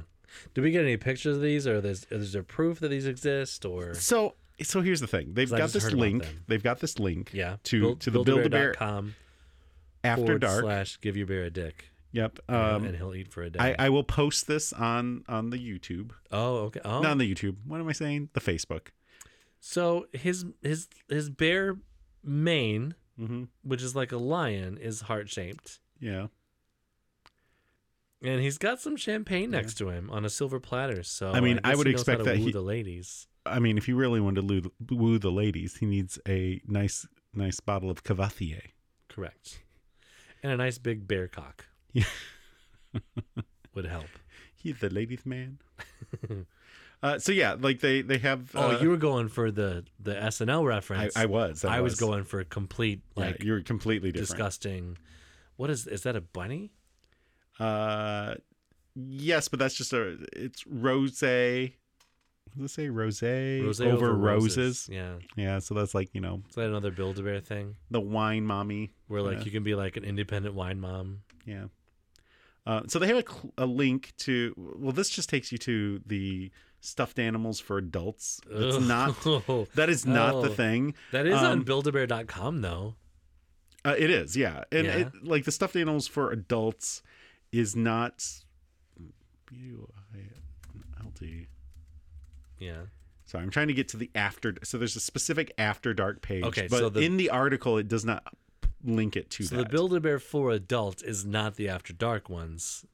S2: Do we get any pictures of these, or is, is there proof that these exist, or
S1: So so here's the thing. They've
S2: 'Cause I
S1: got
S2: just
S1: this
S2: heard about
S1: link.
S2: them.
S1: They've got this link.
S2: yeah,
S1: To
S2: Build-
S1: to the build a bear
S2: buildabear.com
S1: after
S2: forward
S1: dark.
S2: slash give your bear a dick,
S1: Yep.
S2: and
S1: Um,
S2: he'll eat for a day.
S1: I, I will post this on on the YouTube.
S2: oh, okay. Oh,
S1: Not on the YouTube. What am I saying? The Facebook.
S2: so his his his bear mane,
S1: Mm-hmm.
S2: which is like a lion, is heart shaped.
S1: Yeah.
S2: And he's got some champagne next to him on a silver platter. So
S3: I mean, I
S2: guess
S3: would
S2: he knows how
S3: expect
S2: to
S3: that
S2: woo
S3: he-
S2: the ladies.
S3: I mean, if he really wanted to loo- woo the ladies, he needs a nice, nice bottle of Cavathier.
S2: Correct. And a nice big bear cock.
S3: Yeah.
S2: would help.
S3: He's the ladies' man. uh, so yeah, like they they have. uh,
S2: oh, you were going for the the SNL
S3: I,
S2: reference.
S3: I was. I,
S2: I was going for a complete
S3: Yeah,
S2: like
S3: you're completely different.
S2: disgusting. What is is that a bunny?
S3: Uh, yes, but that's just a. It's rose. Let's say rose,
S2: Rosé
S3: over, roses.
S2: Yeah.
S3: Yeah, so that's like you know
S2: Is that another Build-A-Bear thing
S3: the wine mommy.
S2: where like
S3: Yeah.
S2: you can be like an independent wine mom?
S3: Yeah. Uh, so they have a, cl- a link to. Well, this just takes you to the stuffed animals for adults. That's
S2: Ugh.
S3: not. That is not the
S2: Oh.
S3: thing.
S2: That is
S3: Um,
S2: on buildabear.com though.
S3: Uh, it is, yeah, and
S2: Yeah.
S3: It, like the stuffed animals for adults is not. U I L D.
S2: Yeah.
S3: Sorry, I'm trying to get to the after. So there's a specific after dark page.
S2: Okay,
S3: but
S2: so the-
S3: in the article, it does not link it to
S2: So
S3: that.
S2: the Build-A-Bear for adults is not the After Dark ones.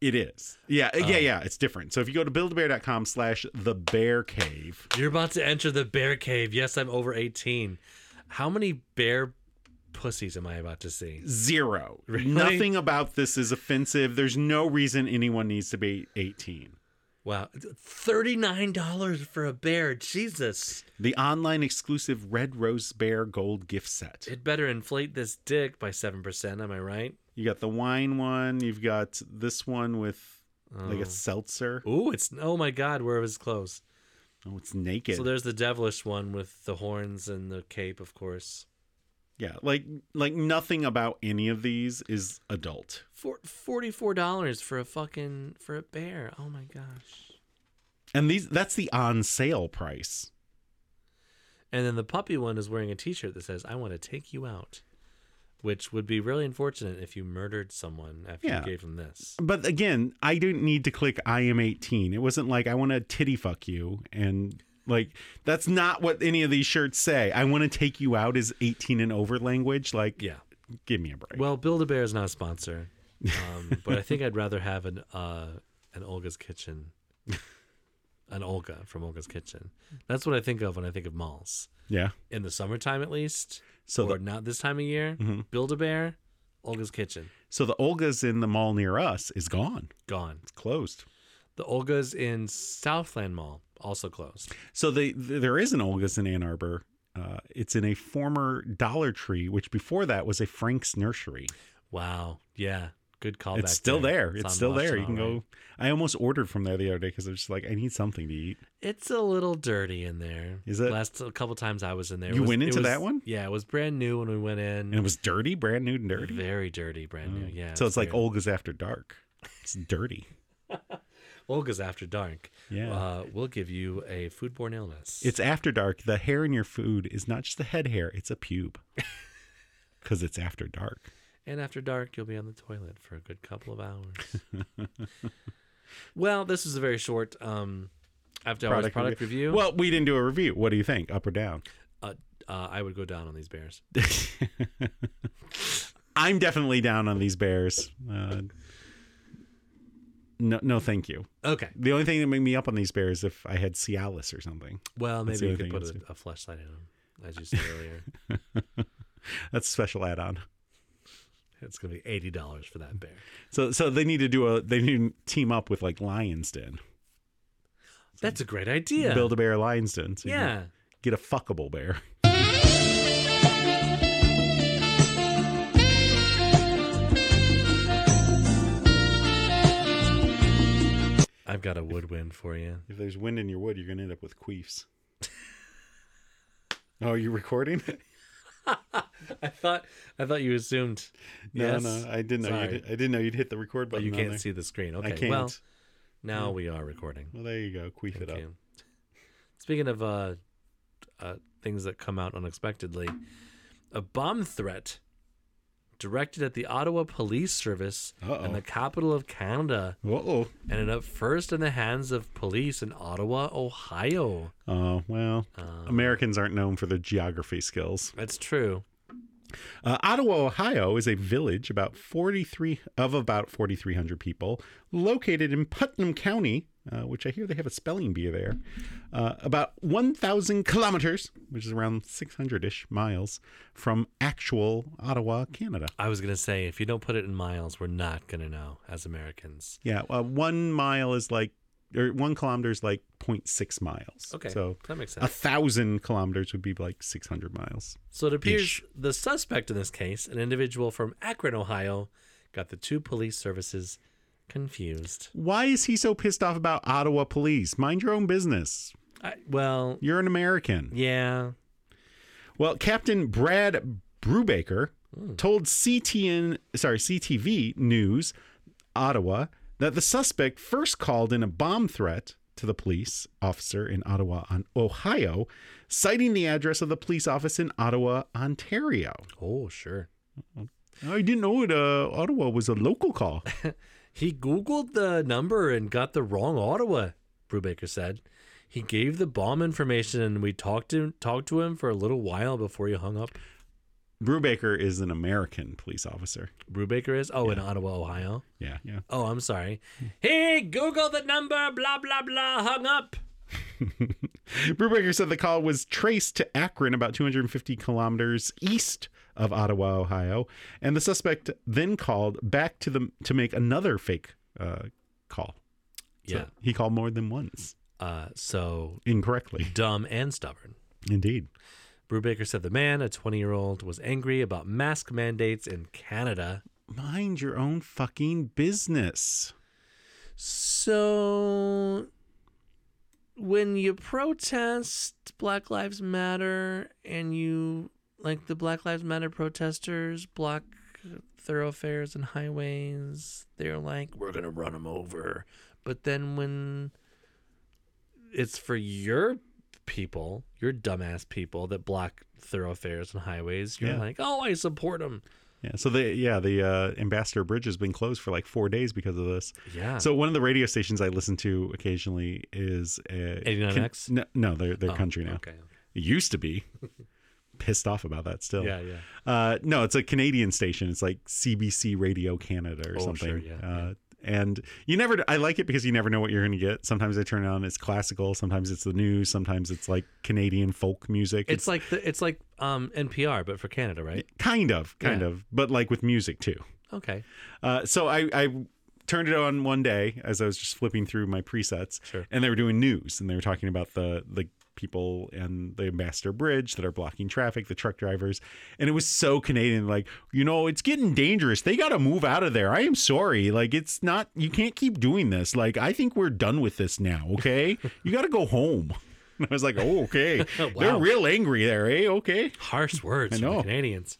S3: it is. Yeah,
S2: Uh,
S3: yeah, yeah. It's different. So if you go to buildabear.com slash the bear cave,
S2: You're about to enter the bear cave. Yes, I'm over 18. How many bear pussies am I about to see?
S3: zero.
S2: Really?
S3: Nothing about this is offensive. There's no reason anyone needs to be 18.
S2: Wow. $39 for a bear. Jesus.
S3: The online exclusive Red Rose Bear Gold gift set.
S2: It better inflate this dick by 7%, am I right?
S3: You got the wine one. You've got this one with like
S2: Oh.
S3: a seltzer.
S2: Ooh, it's oh my god, where it was close.
S3: Oh, it's naked.
S2: So there's the devilish one with the horns and the cape, of course.
S3: yeah, like like nothing about any of these is adult.
S2: For forty-four dollars for a fucking for a bear. Oh my gosh.
S3: And these that's the on sale price.
S2: And then the puppy one is wearing a T-shirt that says "I want to take you out," which would be really unfortunate if you murdered someone after
S3: Yeah.
S2: you gave them this.
S3: But again, I didn't need to click I am 18. It wasn't like I want to titty fuck you and like that's not what any of these shirts say. I want to take you out is 18 and over language. Like,
S2: Yeah.
S3: give me a break.
S2: Well, Build a Bear is not a sponsor, um, but I think I'd rather have an uh, an Olga's Kitchen, an Olga from Olga's Kitchen. That's what I think of when I think of malls.
S3: yeah.
S2: in the summertime at least.
S3: So
S2: or
S3: the- Mm-hmm.
S2: not this time of year. Build a bear, Olga's kitchen,
S3: So the Olga's in the mall near us is gone.
S2: gone.
S3: It's closed.
S2: The Olga's in Southland Mall, also closed.
S3: So they th- there is an Olga's in Ann Arbor. Uh, it's in a former Dollar Tree, which before that was a Frank's Nursery.
S2: Wow. Yeah. Good callback.
S3: it's still there. It's,
S2: on
S3: still there. You
S2: Washtenaw,
S3: can go.
S2: right?
S3: I almost ordered from there the other day because I was just like, I need something to eat.
S2: It's a little dirty in there.
S3: Is it?
S2: Last a couple times I was in there. it
S3: You
S2: was-
S3: went
S2: it
S3: into
S2: was-
S3: that one?
S2: Yeah, it was brand new when we went in.
S3: And it was dirty, brand new and dirty.
S2: Very dirty, brand new. Yeah.
S3: so it's like
S2: Mm-hmm. weird.
S3: Olga's After Dark. It's dirty.
S2: Olga's after dark.
S3: Yeah.
S2: Uh, we'll give you a foodborne illness.
S3: It's After Dark. The hair in your food is not just the head hair, it's a pube. Because it's After Dark.
S2: And after dark, you'll be on the toilet for a good couple of hours. well, this is a very short um, after hours product review.
S3: Well, we didn't do a review. What do you think? Up or down?
S2: uh, uh, I would go down on these bears.
S3: I'm definitely down on these bears. Uh, no, no, thank you.
S2: Okay.
S3: The only thing that made me up on these bears is if I had Cialis or something.
S2: Well,
S3: That's the
S2: maybe you
S3: other
S2: could
S3: thing
S2: put
S3: I'd
S2: a, a flashlight in them, as you said earlier.
S3: That's a special add-on.
S2: it's going to be eighty dollars for that bear.
S3: So, so they need to do a. They need to team up with like Lions Den.
S2: That's a great idea.
S3: Build a bear Lions Den. So you can
S2: yeah.
S3: Get a fuckable bear.
S2: I've got a woodwind for you.
S3: If there's wind in your wood, you're gonna end up with queefs. oh, are you recording?
S2: I thought I thought you assumed.
S3: No,
S2: yes.
S3: no, I didn't know.
S2: Sorry.
S3: You'd, I didn't know you'd hit the record
S2: But
S3: button.
S2: you
S3: on
S2: can't
S3: there.
S2: see the screen. Okay.
S3: I can't.
S2: Well, now we are recording.
S3: Well, there you go. Queef it up.
S2: Okay. Speaking of uh, uh, things that come out unexpectedly, a bomb threat directed at the Ottawa Police Service
S3: Uh-oh.
S2: and the capital of Canada
S3: Uh-oh.
S2: ended up first in the hands of police in Ottawa, Ohio.
S3: Oh, well,
S2: Um,
S3: Americans aren't known for their geography skills.
S2: That's true.
S3: Uh, Ottawa, Ohio is a village about 43 of about 4,300 people located in Putnam County, uh, which I hear they have a spelling bee there, uh, about 1,000 kilometers, which is around 600 ish miles from actual Ottawa, Canada.
S2: I was gonna say if you don't put it in miles, we're not gonna know as Americans.
S3: Yeah, uh, one mile is like, or one kilometer is like 0.6 miles.
S2: Okay,
S3: So
S2: that makes
S3: a
S2: sense.
S3: thousand kilometers would be like 600 miles.
S2: So it appears
S3: Ish.
S2: the suspect in this case, an individual from Akron, Ohio, got the two police services confused.
S3: Why is he so pissed off about Ottawa police? Mind your own business.
S2: I, well,
S3: You're an American.
S2: yeah,
S3: Well, Captain Brad Brubaker told CTN, sorry, CTV News, Ottawa, that the suspect first called in a bomb threat to the police officer in Ottawa, on Ohio, citing the address of the police office in Ottawa, Ontario.
S2: oh sure.
S3: I didn't know it. Uh, Ottawa was a local call.
S2: He Googled the number and got the wrong Ottawa, Brubaker said. He gave the bomb information and we talked to talked to him for a little while before he hung up.
S3: Brubaker is an American police officer.
S2: Brubaker is oh in Ottawa, Ohio.
S3: Yeah, yeah.
S2: Oh, I'm sorry. Hey, Google the number, blah blah blah, hung up.
S3: Brubaker said the call was traced to Akron, about 250 kilometers east of Ottawa, Ohio, and the suspect then called back to the to make another fake uh, call. So
S2: Yeah.
S3: he called more than once
S2: Uh so
S3: incorrectly.
S2: dumb and stubborn.
S3: Indeed,
S2: Brubaker said the man, a 20 year old, was angry about mask mandates in Canada.
S3: mind your own fucking business.
S2: So, when you protest Black Lives Matter and you, like the Black Lives Matter protesters, block thoroughfares and highways, they're like, we're going to run them over. But then when it's for your people, your dumbass people that block thoroughfares and highways, you're
S3: Yeah.
S2: like, oh, I support them.
S3: Yeah. So the yeah the uh, Ambassador Bridge has been closed for like four days because of this.
S2: Yeah.
S3: So one of the radio stations I listen to occasionally is uh,
S2: 89X?
S3: con- no, no, they're they're country now.
S2: Oh, Okay.
S3: It used to be. Pissed off about that still.
S2: Yeah, yeah.
S3: Uh, no, it's a Canadian station. It's like CBC Radio Canada or
S2: Oh,
S3: something.
S2: sure, yeah,
S3: uh, And you never, I like it because you never know what you're going to get. Sometimes I turn it on, it's classical. Sometimes it's the news. Sometimes it's like Canadian folk music.
S2: It's like the, it's like um NPR but for Canada, right?
S3: kind of, kind
S2: Yeah.
S3: of, but like with music too.
S2: Okay.
S3: Uh, so I, I turned it on one day as I was just flipping through my presets,
S2: Sure.
S3: and they were doing news, and they were talking about the the people and the Ambassador Bridge that are blocking traffic, the truck drivers, and it was so Canadian, like you know, it's getting dangerous. They got to move out of there. I am sorry, like it's not. You can't keep doing this. Like I think we're done with this now. Okay, you got to go home. And I was like, oh, okay. They're
S2: Wow.
S3: real angry there, eh? Okay.
S2: Harsh words from
S3: know.
S2: the Canadians.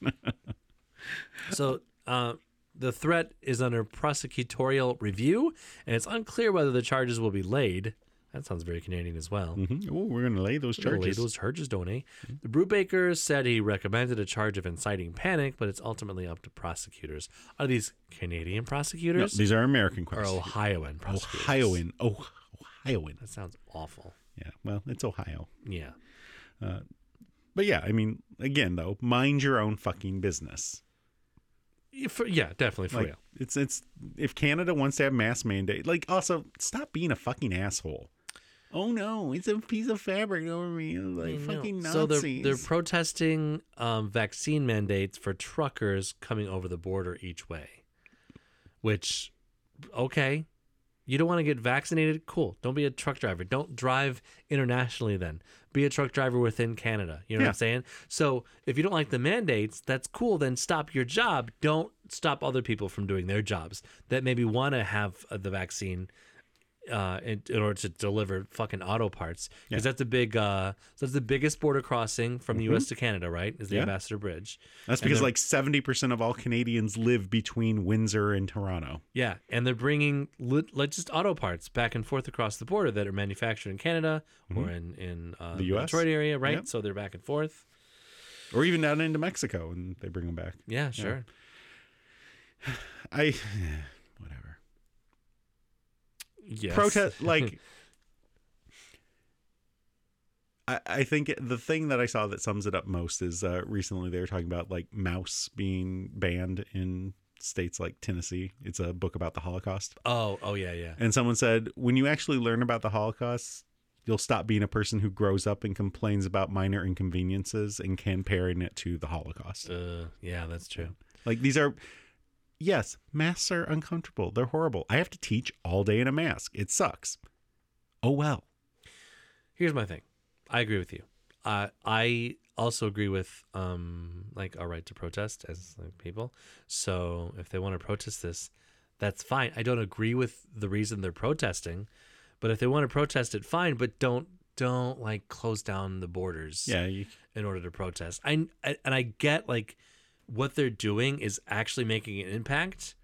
S2: so uh, the threat is under prosecutorial review, and it's unclear whether the charges will be laid. That sounds very Canadian as well.
S3: Mhm. Oh, we're going to lay those
S2: We'll
S3: charges.
S2: Mm-hmm.
S3: Mm-hmm.
S2: Lay those charges, don't he? The Brubaker said he recommended a charge of inciting panic, but it's ultimately up to prosecutors. Are these Canadian
S3: No,
S2: prosecutors
S3: these are American
S2: or
S3: questions.
S2: Ohioan prosecutors?
S3: Ohioan. Oh, Ohioan.
S2: That sounds awful.
S3: Yeah. Well, it's Ohio.
S2: Yeah.
S3: But yeah, I mean, again though, mind your own fucking business.
S2: For, yeah, definitely for
S3: Like
S2: real.
S3: it's it's if Canada wants to have mass mandate, like also stop being a fucking asshole. Oh no, it's a piece of fabric over me, like
S2: I know.
S3: fucking Nazis.
S2: So they're, they're protesting um, vaccine mandates for truckers coming over the border each way, which, okay, you don't want to get vaccinated? Cool. Don't be a truck driver. Don't drive internationally then. Be a truck driver within Canada. You know what
S3: Yeah.
S2: I'm saying? So if you don't like the mandates, that's cool. Then stop your job. Don't stop other people from doing their jobs that maybe want to have uh, the vaccine uh, in, in order to deliver fucking auto parts because that's the big uh, so that's the biggest border crossing from the U.S. to Canada, right? Is the
S3: Mm-hmm. Yeah.
S2: Ambassador Bridge?
S3: That's because like seventy percent of all Canadians live between Windsor and Toronto.
S2: Yeah, and they're bringing li- like just auto parts back and forth across the border that are manufactured in Canada or in in uh,
S3: Mm-hmm. The US?
S2: Detroit area, right?
S3: Yep.
S2: So they're back and forth.
S3: Or even down into Mexico and they bring them back.
S2: Yeah, sure.
S3: I whatever.
S2: Yes.
S3: protest like I, I think the thing that I saw that sums it up most is uh, recently they were talking about like mouse being banned in states like Tennessee. It's a book about the Holocaust.
S2: Oh, oh yeah, yeah.
S3: And someone said, when you actually learn about the Holocaust, you'll stop being a person who grows up and complains about minor inconveniences and can parent it to the Holocaust.
S2: Uh, yeah, that's true.
S3: Like these are, yes, masks are uncomfortable. They're horrible. I have to teach all day in a mask. It sucks. Oh well.
S2: Here's my thing. I agree with you. Uh, I also agree with um, like our right to protest as like, people. So if they want to protest this, that's fine. I don't agree with the reason they're protesting, but if they want to protest it, fine. But don't don't like close down the borders
S3: Yeah, you,
S2: in order to protest. I, I and I get like what they're doing is actually making an impact,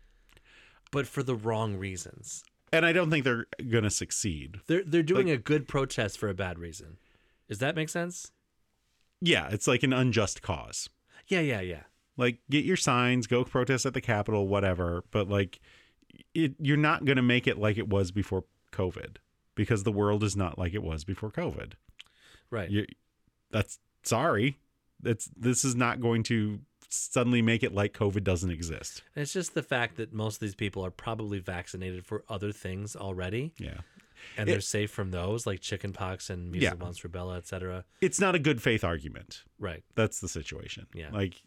S2: but for the wrong reasons.
S3: and I don't think they're gonna succeed.
S2: They're they're doing a good protest for a bad reason. Does that make sense?
S3: Yeah, it's like an unjust cause.
S2: Yeah, yeah, yeah.
S3: Like get your signs, go protest at the Capitol, whatever. But like, it, you're not gonna make it like it was before COVID because the world is not like it was before COVID.
S2: Right.
S3: you that's sorry that's this is not going to suddenly make it like covid doesn't exist
S2: And It's just the fact that most of these people are probably vaccinated for other things already,
S3: yeah
S2: and
S3: It-
S2: they're safe from those, like chickenpox and measles,
S3: Yeah.
S2: mumps, rubella, etc.
S3: it's not a good faith argument
S2: Right.
S3: that's the situation
S2: Yeah.
S3: like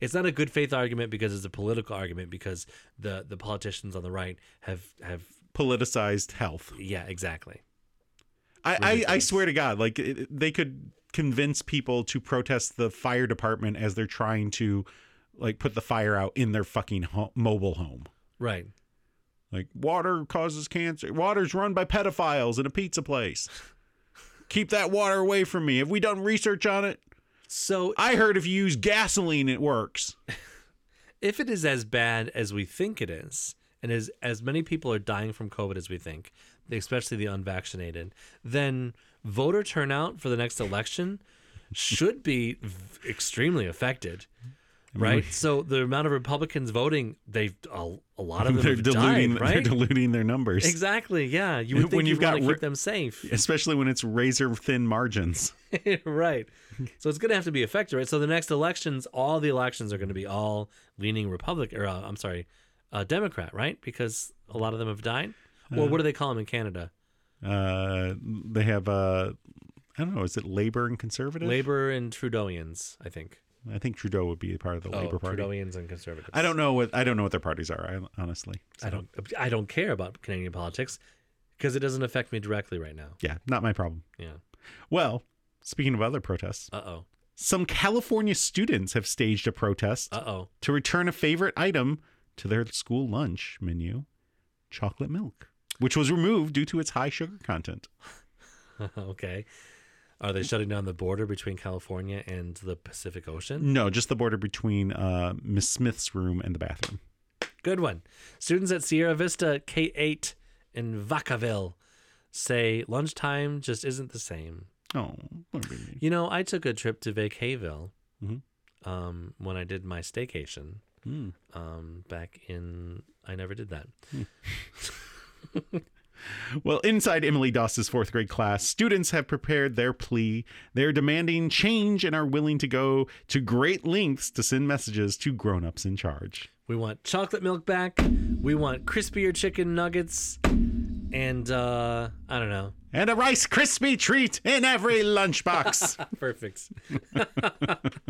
S2: It's not a good faith argument because it's a political argument because the the politicians on the right have have
S3: politicized health
S2: yeah exactly
S3: I, I i
S2: Ridiculous.
S3: swear to god like it, it- they could convince people to protest the fire department as they're trying to like put the fire out in their fucking ho- mobile home
S2: right.
S3: Like water causes cancer. Water's run by pedophiles in a pizza place. Keep that water away from me. Have we done research on it?
S2: So
S3: I heard if you use gasoline, it works.
S2: if it is as bad as we think it is, and as as many people are dying from COVID as we think, especially the unvaccinated, then voter turnout for the next election should be v- extremely affected. Right, so the amount of Republicans voting, they've a, a lot of them
S3: they're
S2: have
S3: diluting.
S2: died, right?
S3: They're diluting their numbers,
S2: exactly, yeah. You would think
S3: When
S2: you'd
S3: you've got
S2: want to
S3: ri-
S2: keep them safe,
S3: especially when it's razor thin margins.
S2: right? So it's going to have to be affected, right? So the next elections, all the elections are going to be all leaning Republican, or uh, I'm sorry, uh, Democrat, right? Because a lot of them have died. Well, what do they call them in Canada?
S3: Uh, they have uh, I don't know. Is it labor and conservative?
S2: Labor and Trudeauians, I think.
S3: I think Trudeau would be part of the labor
S2: oh,
S3: party.
S2: Trudeauians and conservatives.
S3: I don't know what I don't know what their parties are. I, honestly,
S2: I don't. I don't care about Canadian politics because it doesn't affect me directly right now.
S3: Yeah, not my problem.
S2: Yeah.
S3: Well, speaking of other protests,
S2: Uh oh.
S3: some California students have staged a protest
S2: Uh oh.
S3: to return a favorite item to their school lunch menu chocolate milk, which was removed due to its high sugar content.
S2: okay. Are they shutting down the border between California and the Pacific Ocean?
S3: No, just the border between uh, Miss Smith's room and the bathroom.
S2: Good one. Students at Sierra Vista K8 in Vacaville say lunchtime just isn't the same.
S3: Oh, what do you mean?
S2: You know, I took a trip to Vacaville
S3: Mhm.
S2: um, when I did my staycation
S3: Hmm.
S2: um, back in. I never did that.
S3: Well, inside Emily Doss's fourth grade class, students have prepared their plea. They're demanding change and are willing to go to great lengths to send messages to grown ups in charge.
S2: We want chocolate milk back. We want crispier chicken nuggets. And uh, I don't know.
S3: And a Rice Krispie treat in every lunchbox.
S2: Perfect.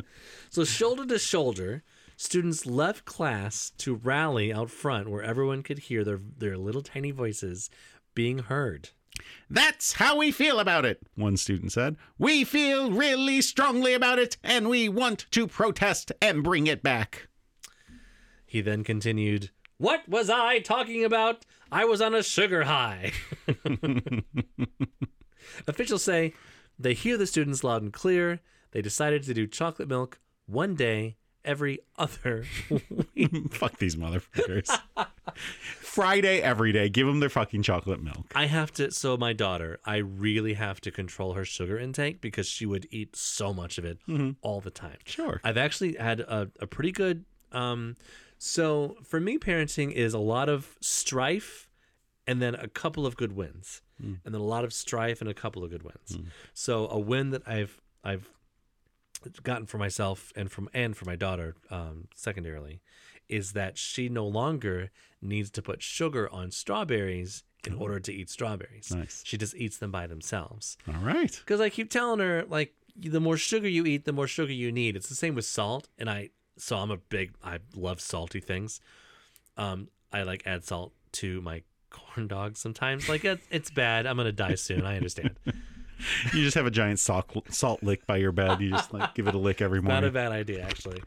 S2: so, shoulder to shoulder, students left class to rally out front where everyone could hear their, their little tiny voices being heard.
S3: That's how we feel about it, one student said. We feel really strongly about it, and we want to protest and bring it back.
S2: He then continued, What was I talking about? I was on a sugar high. Officials say they hear the students loud and clear. They decided to do chocolate milk one day every other week.
S3: Fuck these motherfuckers. Friday, every day, give them their fucking chocolate milk.
S2: I have to. So my daughter, I really have to control her sugar intake because she would eat so much of it all the time.
S3: Sure.
S2: I've actually had a, a pretty good. Um, so for me, parenting is a lot of strife, and then a couple of good wins. and then a lot of strife and a couple of good wins. So a win that I've I've gotten for myself and from and for my daughter um, secondarily is that she no longer needs to put sugar on strawberries in order to eat strawberries.
S3: Oh. Nice.
S2: She just eats them by themselves.
S3: All right.
S2: Because I keep telling her, like, the more sugar you eat, the more sugar you need. It's the same with salt. And I, so I'm a big, I love salty things. Um, I like add salt to my corn dogs sometimes. Like, it's, it's bad. I'm going to die soon. I understand.
S3: You just have a giant salt salt lick by your bed. You just like give it a lick every
S2: Not a
S3: morning.
S2: bad idea, actually.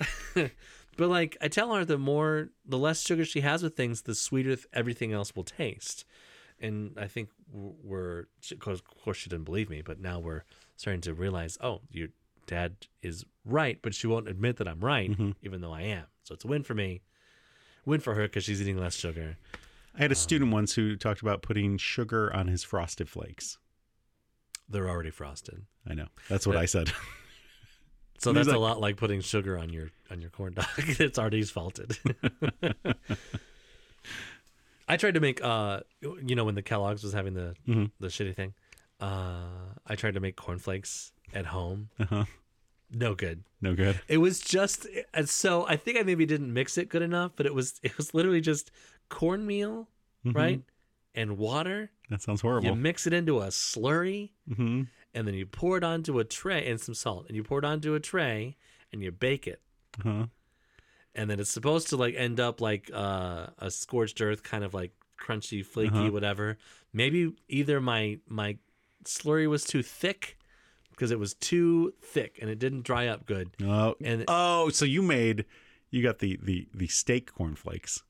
S2: but like, I tell her the more, the less sugar she has with things, the sweeter th- everything else will taste. And I think w- we're, because of course she didn't believe me, but now we're starting to realize, oh, your dad is right, but she won't admit that I'm right, even though I am. So it's a win for me, win for her because she's eating less sugar.
S3: I had a student once who talked about putting sugar on his frosted flakes.
S2: They're already frosted,
S3: I know. That's what I said.
S2: so
S3: He's
S2: that's a
S3: like-
S2: lot like putting sugar on your on your corn dog. it's already salted. I tried to make, uh, you know, when the Kellogg's was having the
S3: Mhm.
S2: the shitty thing, uh, I tried to make cornflakes at home.
S3: Uh-huh.
S2: No good.
S3: No good.
S2: It was just and so I think I maybe didn't mix it good enough, but it was it was literally just cornmeal, right? And water.
S3: That sounds
S2: You
S3: horrible.
S2: mix it into a slurry
S3: hmm
S2: and then you pour it onto a tray and some salt and you pour it onto a tray and you bake it.
S3: Uh-huh.
S2: And then it's supposed to like end up like uh, a scorched earth kind of like crunchy, flaky,
S3: Uh-huh.
S2: whatever. Maybe either my my slurry was too thick because it was too thick and it didn't dry up good.
S3: Oh,
S2: And
S3: oh, so you made you got the the the steak cornflakes.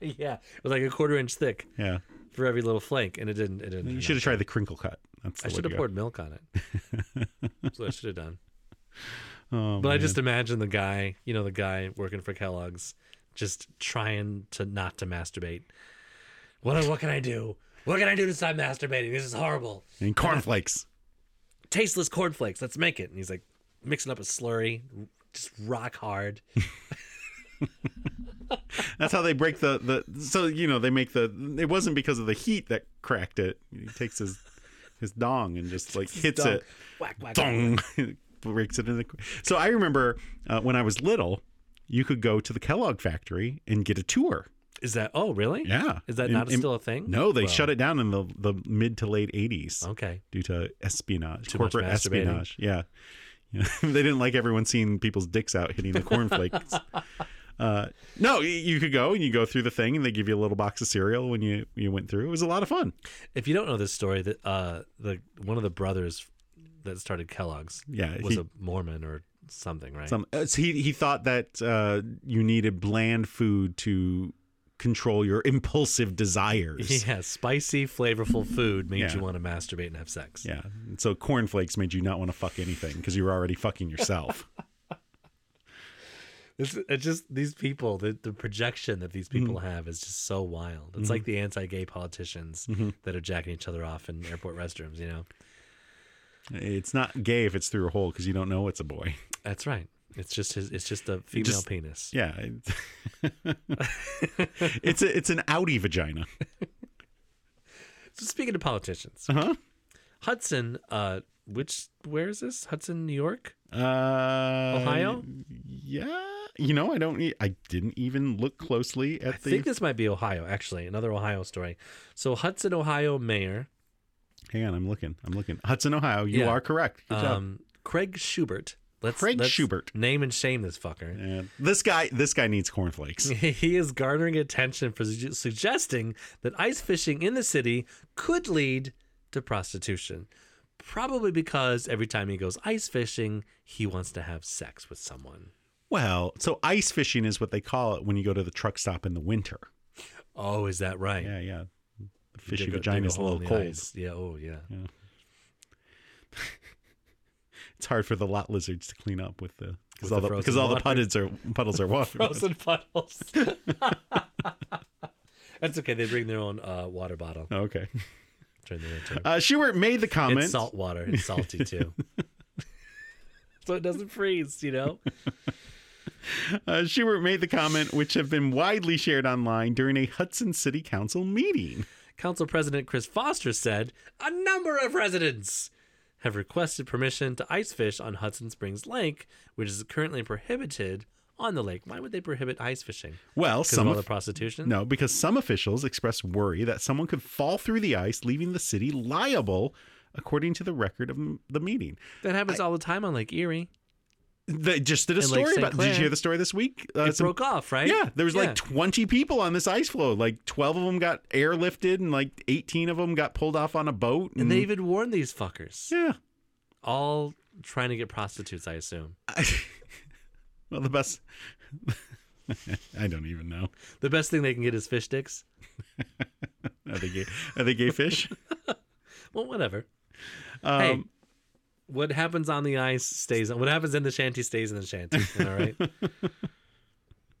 S2: yeah, it was like a quarter inch thick.
S3: Yeah,
S2: for every little flake, and it didn't. It didn't.
S3: you should have tried the crinkle cut. That's
S2: I
S3: the way
S2: should
S3: to
S2: have
S3: go.
S2: poured milk on it. That's what I should have done.
S3: Oh,
S2: But I
S3: man.
S2: just imagine the guy, you know, the guy working for Kellogg's, just trying to not to masturbate. What what can I do? What can I do to stop masturbating? This is horrible.
S3: and cornflakes.
S2: Tasteless cornflakes. Let's make it. And he's like mixing up a slurry, just rock hard.
S3: That's how they break the the. So you know they make the. It wasn't because of the heat that cracked it. He takes his his dong and just like hits
S2: Dunk.
S3: it.
S2: Whack whack.
S3: Dong breaks it into. So I remember uh, when I was little, you could go to the Kellogg factory and get a tour.
S2: Is that? Oh, really?
S3: Yeah,
S2: Is that
S3: In-
S2: not
S3: in-
S2: still a thing?
S3: No, they shut it down in the the mid to late eighties.
S2: Okay.
S3: due to espionage,
S2: much
S3: corporate
S2: masturbating.
S3: espionage. Yeah. Yeah. they didn't like everyone seeing people's dicks out hitting the cornflakes. uh, no, y- you could go and you go through the thing and they give you a little box of cereal when you, you went through. It was a lot of fun.
S2: If you don't know this story, that uh, the one of the brothers that started Kellogg's
S3: Yeah.
S2: was
S3: he,
S2: a Mormon or something, right?
S3: some, uh, so he, he thought that uh, you needed bland food to control your impulsive desires.
S2: yeah, spicy, flavorful food made
S3: Yeah.
S2: you want to masturbate and have sex.
S3: Yeah. And So cornflakes made you not want to fuck anything because you were already fucking yourself.
S2: It's, it's just these people, the, the projection that these people
S3: Mm-hmm.
S2: have is just so wild. It's like the anti gay politicians
S3: Mm-hmm.
S2: that are jacking each other off in airport restrooms, you know?
S3: it's not gay if it's through a hole because you don't know it's a boy.
S2: That's right. It's just his, it's just a female
S3: just-
S2: penis.
S3: Yeah. it's a, it's an outie vagina.
S2: So speaking of politicians,
S3: Uh-huh.
S2: Hudson, uh, which, where is this? Hudson, New York?
S3: Uh
S2: Ohio?
S3: Yeah. You know, I don't e- I didn't even look closely at
S2: I
S3: the
S2: think this might be Ohio, actually. Another Ohio story. So Hudson, Ohio mayor
S3: Hang on, I'm looking. I'm looking. Hudson, Ohio. You
S2: Yeah.
S3: are correct. Good job.
S2: um, Craig Schubert. Let's
S3: Craig
S2: let's
S3: Schubert.
S2: name and shame this fucker.
S3: And this guy this guy needs cornflakes.
S2: He is garnering attention for su- suggesting that ice fishing in the city could lead to prostitution. Probably because every time he goes ice fishing, he wants to have sex with someone.
S3: well, so ice fishing is what they call it when you go to the truck stop in the winter.
S2: Oh, is that right?
S3: Yeah, yeah. The fishy
S2: Dig a- dig
S3: vagina is a
S2: hole in
S3: little
S2: the
S3: cold.
S2: ice. Yeah. Oh, yeah.
S3: It's hard for the lot lizards to clean up with the
S2: With
S3: because all
S2: the
S3: the because
S2: frozen
S3: all the
S2: water.
S3: puddles are puddles are water.
S2: Frozen puddles. That's okay. They bring their own uh, water bottle
S3: Okay.
S2: during the winter.
S3: Uh, Schubert made the comment.
S2: It's salt water. It's salty too. so it doesn't freeze, you know?
S3: Uh, Schubert made the comment, which have been widely shared online during a Hudson City Council meeting.
S2: Council President Chris Foster said a number of residents have requested permission to ice fish on Hudson Springs Lake, which is currently prohibited on the lake. Why would they prohibit ice fishing?
S3: Well,
S2: Because of
S3: some
S2: all
S3: of
S2: the prostitution?
S3: No, because some officials expressed worry that someone could fall through the ice, leaving the city liable, according to the record of m- the meeting.
S2: That happens all the time on Lake Erie.
S3: They just did a
S2: And Lake
S3: story
S2: St.
S3: about. Did
S2: Clair.
S3: you hear the story this week? Uh,
S2: It
S3: some-
S2: broke off, right?
S3: Yeah, there was like 20 people on this ice floe. Like 12 of them got airlifted, and like 18 of them got pulled off on a boat. And,
S2: and they even warned these fuckers.
S3: Mm-hmm. yeah.
S2: All trying to get prostitutes, I assume.
S3: Well, the best. I don't even know.
S2: The best thing they can get is fish sticks.
S3: Are they gay, are they gay fish?
S2: Well, whatever.
S3: Um,
S2: hey, what happens on the ice stays on. What happens in the shanty stays in the shanty. All right.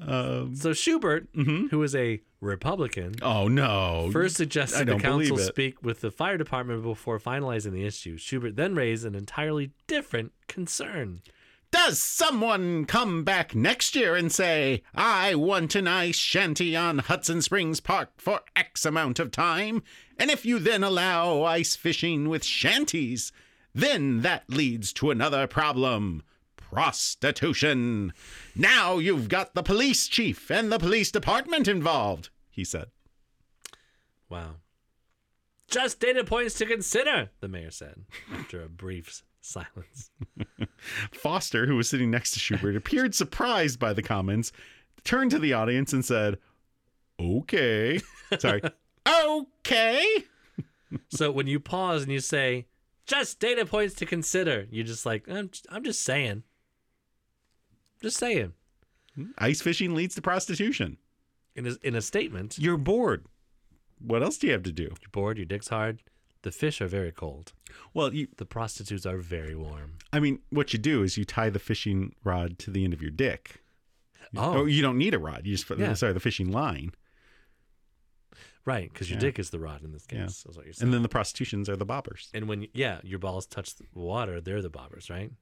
S3: um,
S2: so Schubert,
S3: mhm.
S2: who is a Republican,
S3: Oh no!
S2: first suggested the
S3: don't believe
S2: council
S3: it.
S2: speak with the fire department before finalizing the issue. Schubert then raised an entirely different concern.
S3: Does someone come back next year and say, I want an ice shanty on Hudson Springs Park for X amount of time? And if you then allow ice fishing with shanties, then that leads to another problem prostitution. Now you've got the police chief and the police department involved, he said.
S2: Wow. Just data points to consider, the mayor said after a brief s- silence.
S3: Foster, who was sitting next to Schubert, appeared surprised by the comments, turned to the audience and said, Okay. Sorry. okay.
S2: So when you pause and you say, just data points to consider, you're just like, I'm, I'm just saying. Just saying.
S3: Ice fishing leads to prostitution.
S2: In a, in a statement,
S3: You're bored. What else do you have to do?
S2: you're bored, your dick's hard, the fish are very cold,
S3: Well, you,
S2: the prostitutes are very warm.
S3: I mean, what you do is you tie the fishing rod to the end of your dick.
S2: Oh,
S3: Oh, you don't need a rod. You just,
S2: Yeah.
S3: sorry, the fishing line.
S2: right, because your
S3: Yeah.
S2: dick is the rod in this case.
S3: Yeah.
S2: That's what you're saying.
S3: And then the prostitutions are the bobbers.
S2: And when, yeah, your balls touch the water, they're the bobbers, right?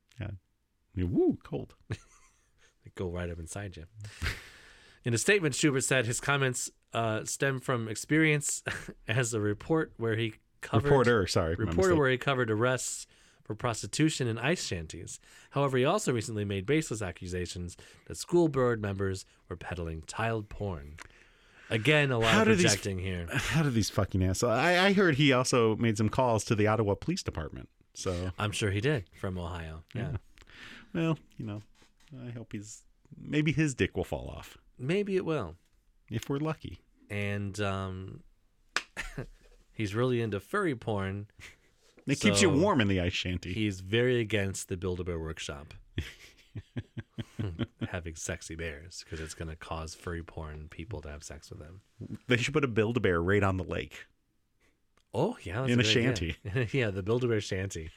S3: You- Woo, cold.
S2: They go right up inside you. In a statement, Schubert said his comments uh, stem from experience as a report where he covered
S3: Reporter, sorry. my
S2: reporter
S3: mistake.
S2: where he covered arrests for prostitution in ice shanties. However, he also recently made baseless accusations that school board members were peddling child porn. Again, a lot
S3: How
S2: of
S3: do these-
S2: projecting here.
S3: How do these fucking assholes? I, I heard he also made some calls to the Ottawa Police Department. So,
S2: I'm sure he did from Ohio. Yeah.
S3: well, you know, I hope he's maybe his dick will fall off
S2: Maybe it will.
S3: if we're lucky.
S2: And um, he's really into furry porn.
S3: It keeps you
S2: So-
S3: warm in the ice shanty.
S2: He's very against the Build a Bear Workshop having sexy bears because it's going to cause furry porn people to have sex with them.
S3: they should put a Build a Bear right on the lake.
S2: Oh yeah, that's
S3: In a
S2: good idea. yeah, the Build-A-Bear shanty.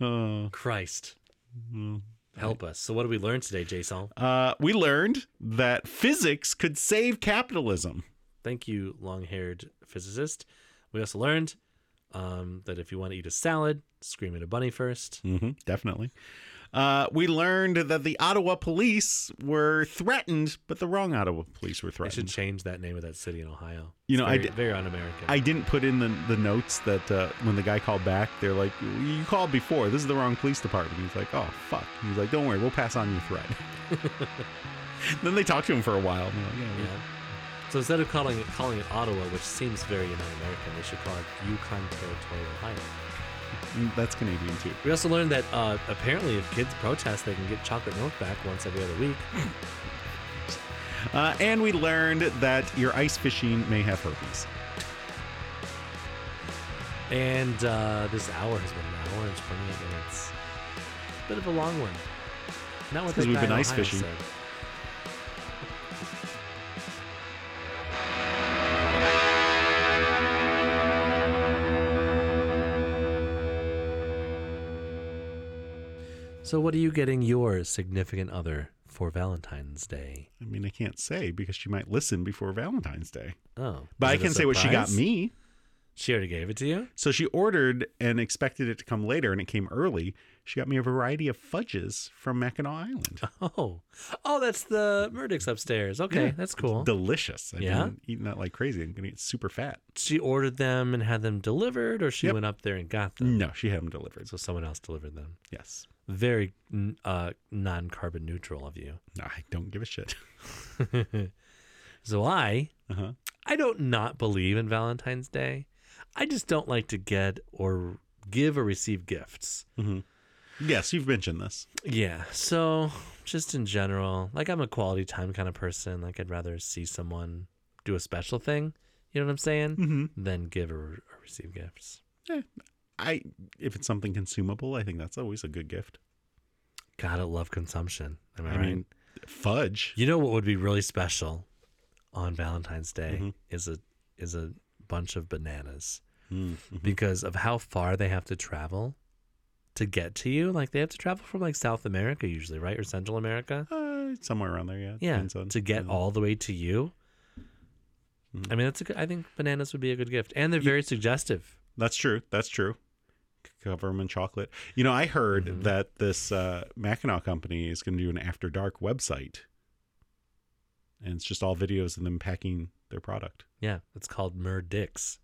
S3: Oh.
S2: Christ, help us. So what did we learn today, Jason?
S3: Uh, we learned that physics could save capitalism.
S2: Thank you, long-haired physicist. We also learned um, that if you want to eat a salad, scream at a bunny first.
S3: Mm-hmm, definitely. Uh, we learned that the Ottawa police were threatened, but the wrong Ottawa police were
S2: I should
S3: threatened.
S2: change that name of that city in Ohio.
S3: You
S2: It's
S3: know, I
S2: very,
S3: di-
S2: very un-American.
S3: I didn't put in the, the notes that uh, when the guy called back, they're like, "You called before. This is the wrong police department." He's like, "Oh fuck." He's like, "Don't worry, we'll pass on your threat." then they talked to him for a while. and they're like, "Yeah, we-
S2: yeah. So instead of calling it calling it Ottawa, which seems very un-American, they should call it Yukon Territory, Ohio.
S3: mm, That's Canadian too.
S2: We also learned that uh, apparently, if kids protest, they can get chocolate milk back once every other week.
S3: Uh, and we learned that your ice fishing may have herpes.
S2: And uh, this hour has been an hour and 28 minutes. Bit of a long one. Not what
S3: It's 'cause
S2: that
S3: we've
S2: guy
S3: been
S2: in
S3: ice
S2: Ohio
S3: fishing.
S2: said. So, what are you getting your significant other for Valentine's Day?
S3: I mean, I can't say because she might listen before Valentine's Day.
S2: Oh,
S3: But
S2: is
S3: I
S2: it a
S3: can say what she got
S2: surprise?
S3: me.
S2: She already gave it to you.
S3: So she ordered and expected it to come later, and it came early. She got me a variety of fudges from Mackinac Island.
S2: Oh, oh, that's the Murdicks upstairs. Okay,
S3: Yeah.
S2: that's cool.
S3: Delicious. I've
S2: Yeah?
S3: been eating that like crazy. I'm going to get super fat.
S2: she ordered them and had them delivered, or she
S3: Yep. Mm.
S2: went up there and got them.
S3: No, she had them delivered.
S2: So someone else delivered them.
S3: Yes.
S2: Very n- uh, non-carbon neutral of you.
S3: I don't give a shit.
S2: So I,
S3: Uh-huh.
S2: I don't not believe in Valentine's Day. I just don't like to get or give or receive gifts.
S3: Yes, you've mentioned this.
S2: Yeah. So just in general, like I'm a quality time kind of person. Like I'd rather see someone do a special thing. You know what I'm saying?
S3: Mhm.
S2: Than give or, or receive gifts.
S3: I if it's something consumable, I think that's always a good gift.
S2: Gotta love consumption. Am I,
S3: I
S2: right?
S3: mean, fudge.
S2: You know what would be really special on Valentine's Day
S3: Mhm.
S2: is a is a bunch of bananas
S3: Mm, mhm.
S2: because of how far they have to travel to get to you. Like they have to travel from like South America usually, right, or Central America.
S3: Uh, somewhere around there, yeah.
S2: Yeah,
S3: Depends on-
S2: to get
S3: yeah.
S2: all the way to you.
S3: Mhm.
S2: I mean, that's a good, I think bananas would be a good gift, and they're very suggestive.
S3: That's true. That's true. Cover them in chocolate. You know, I heard
S2: Mhm.
S3: that this uh, Mackinac company is going to do an after dark website, and it's just all videos of them packing their product.
S2: Yeah, it's called Murdicks.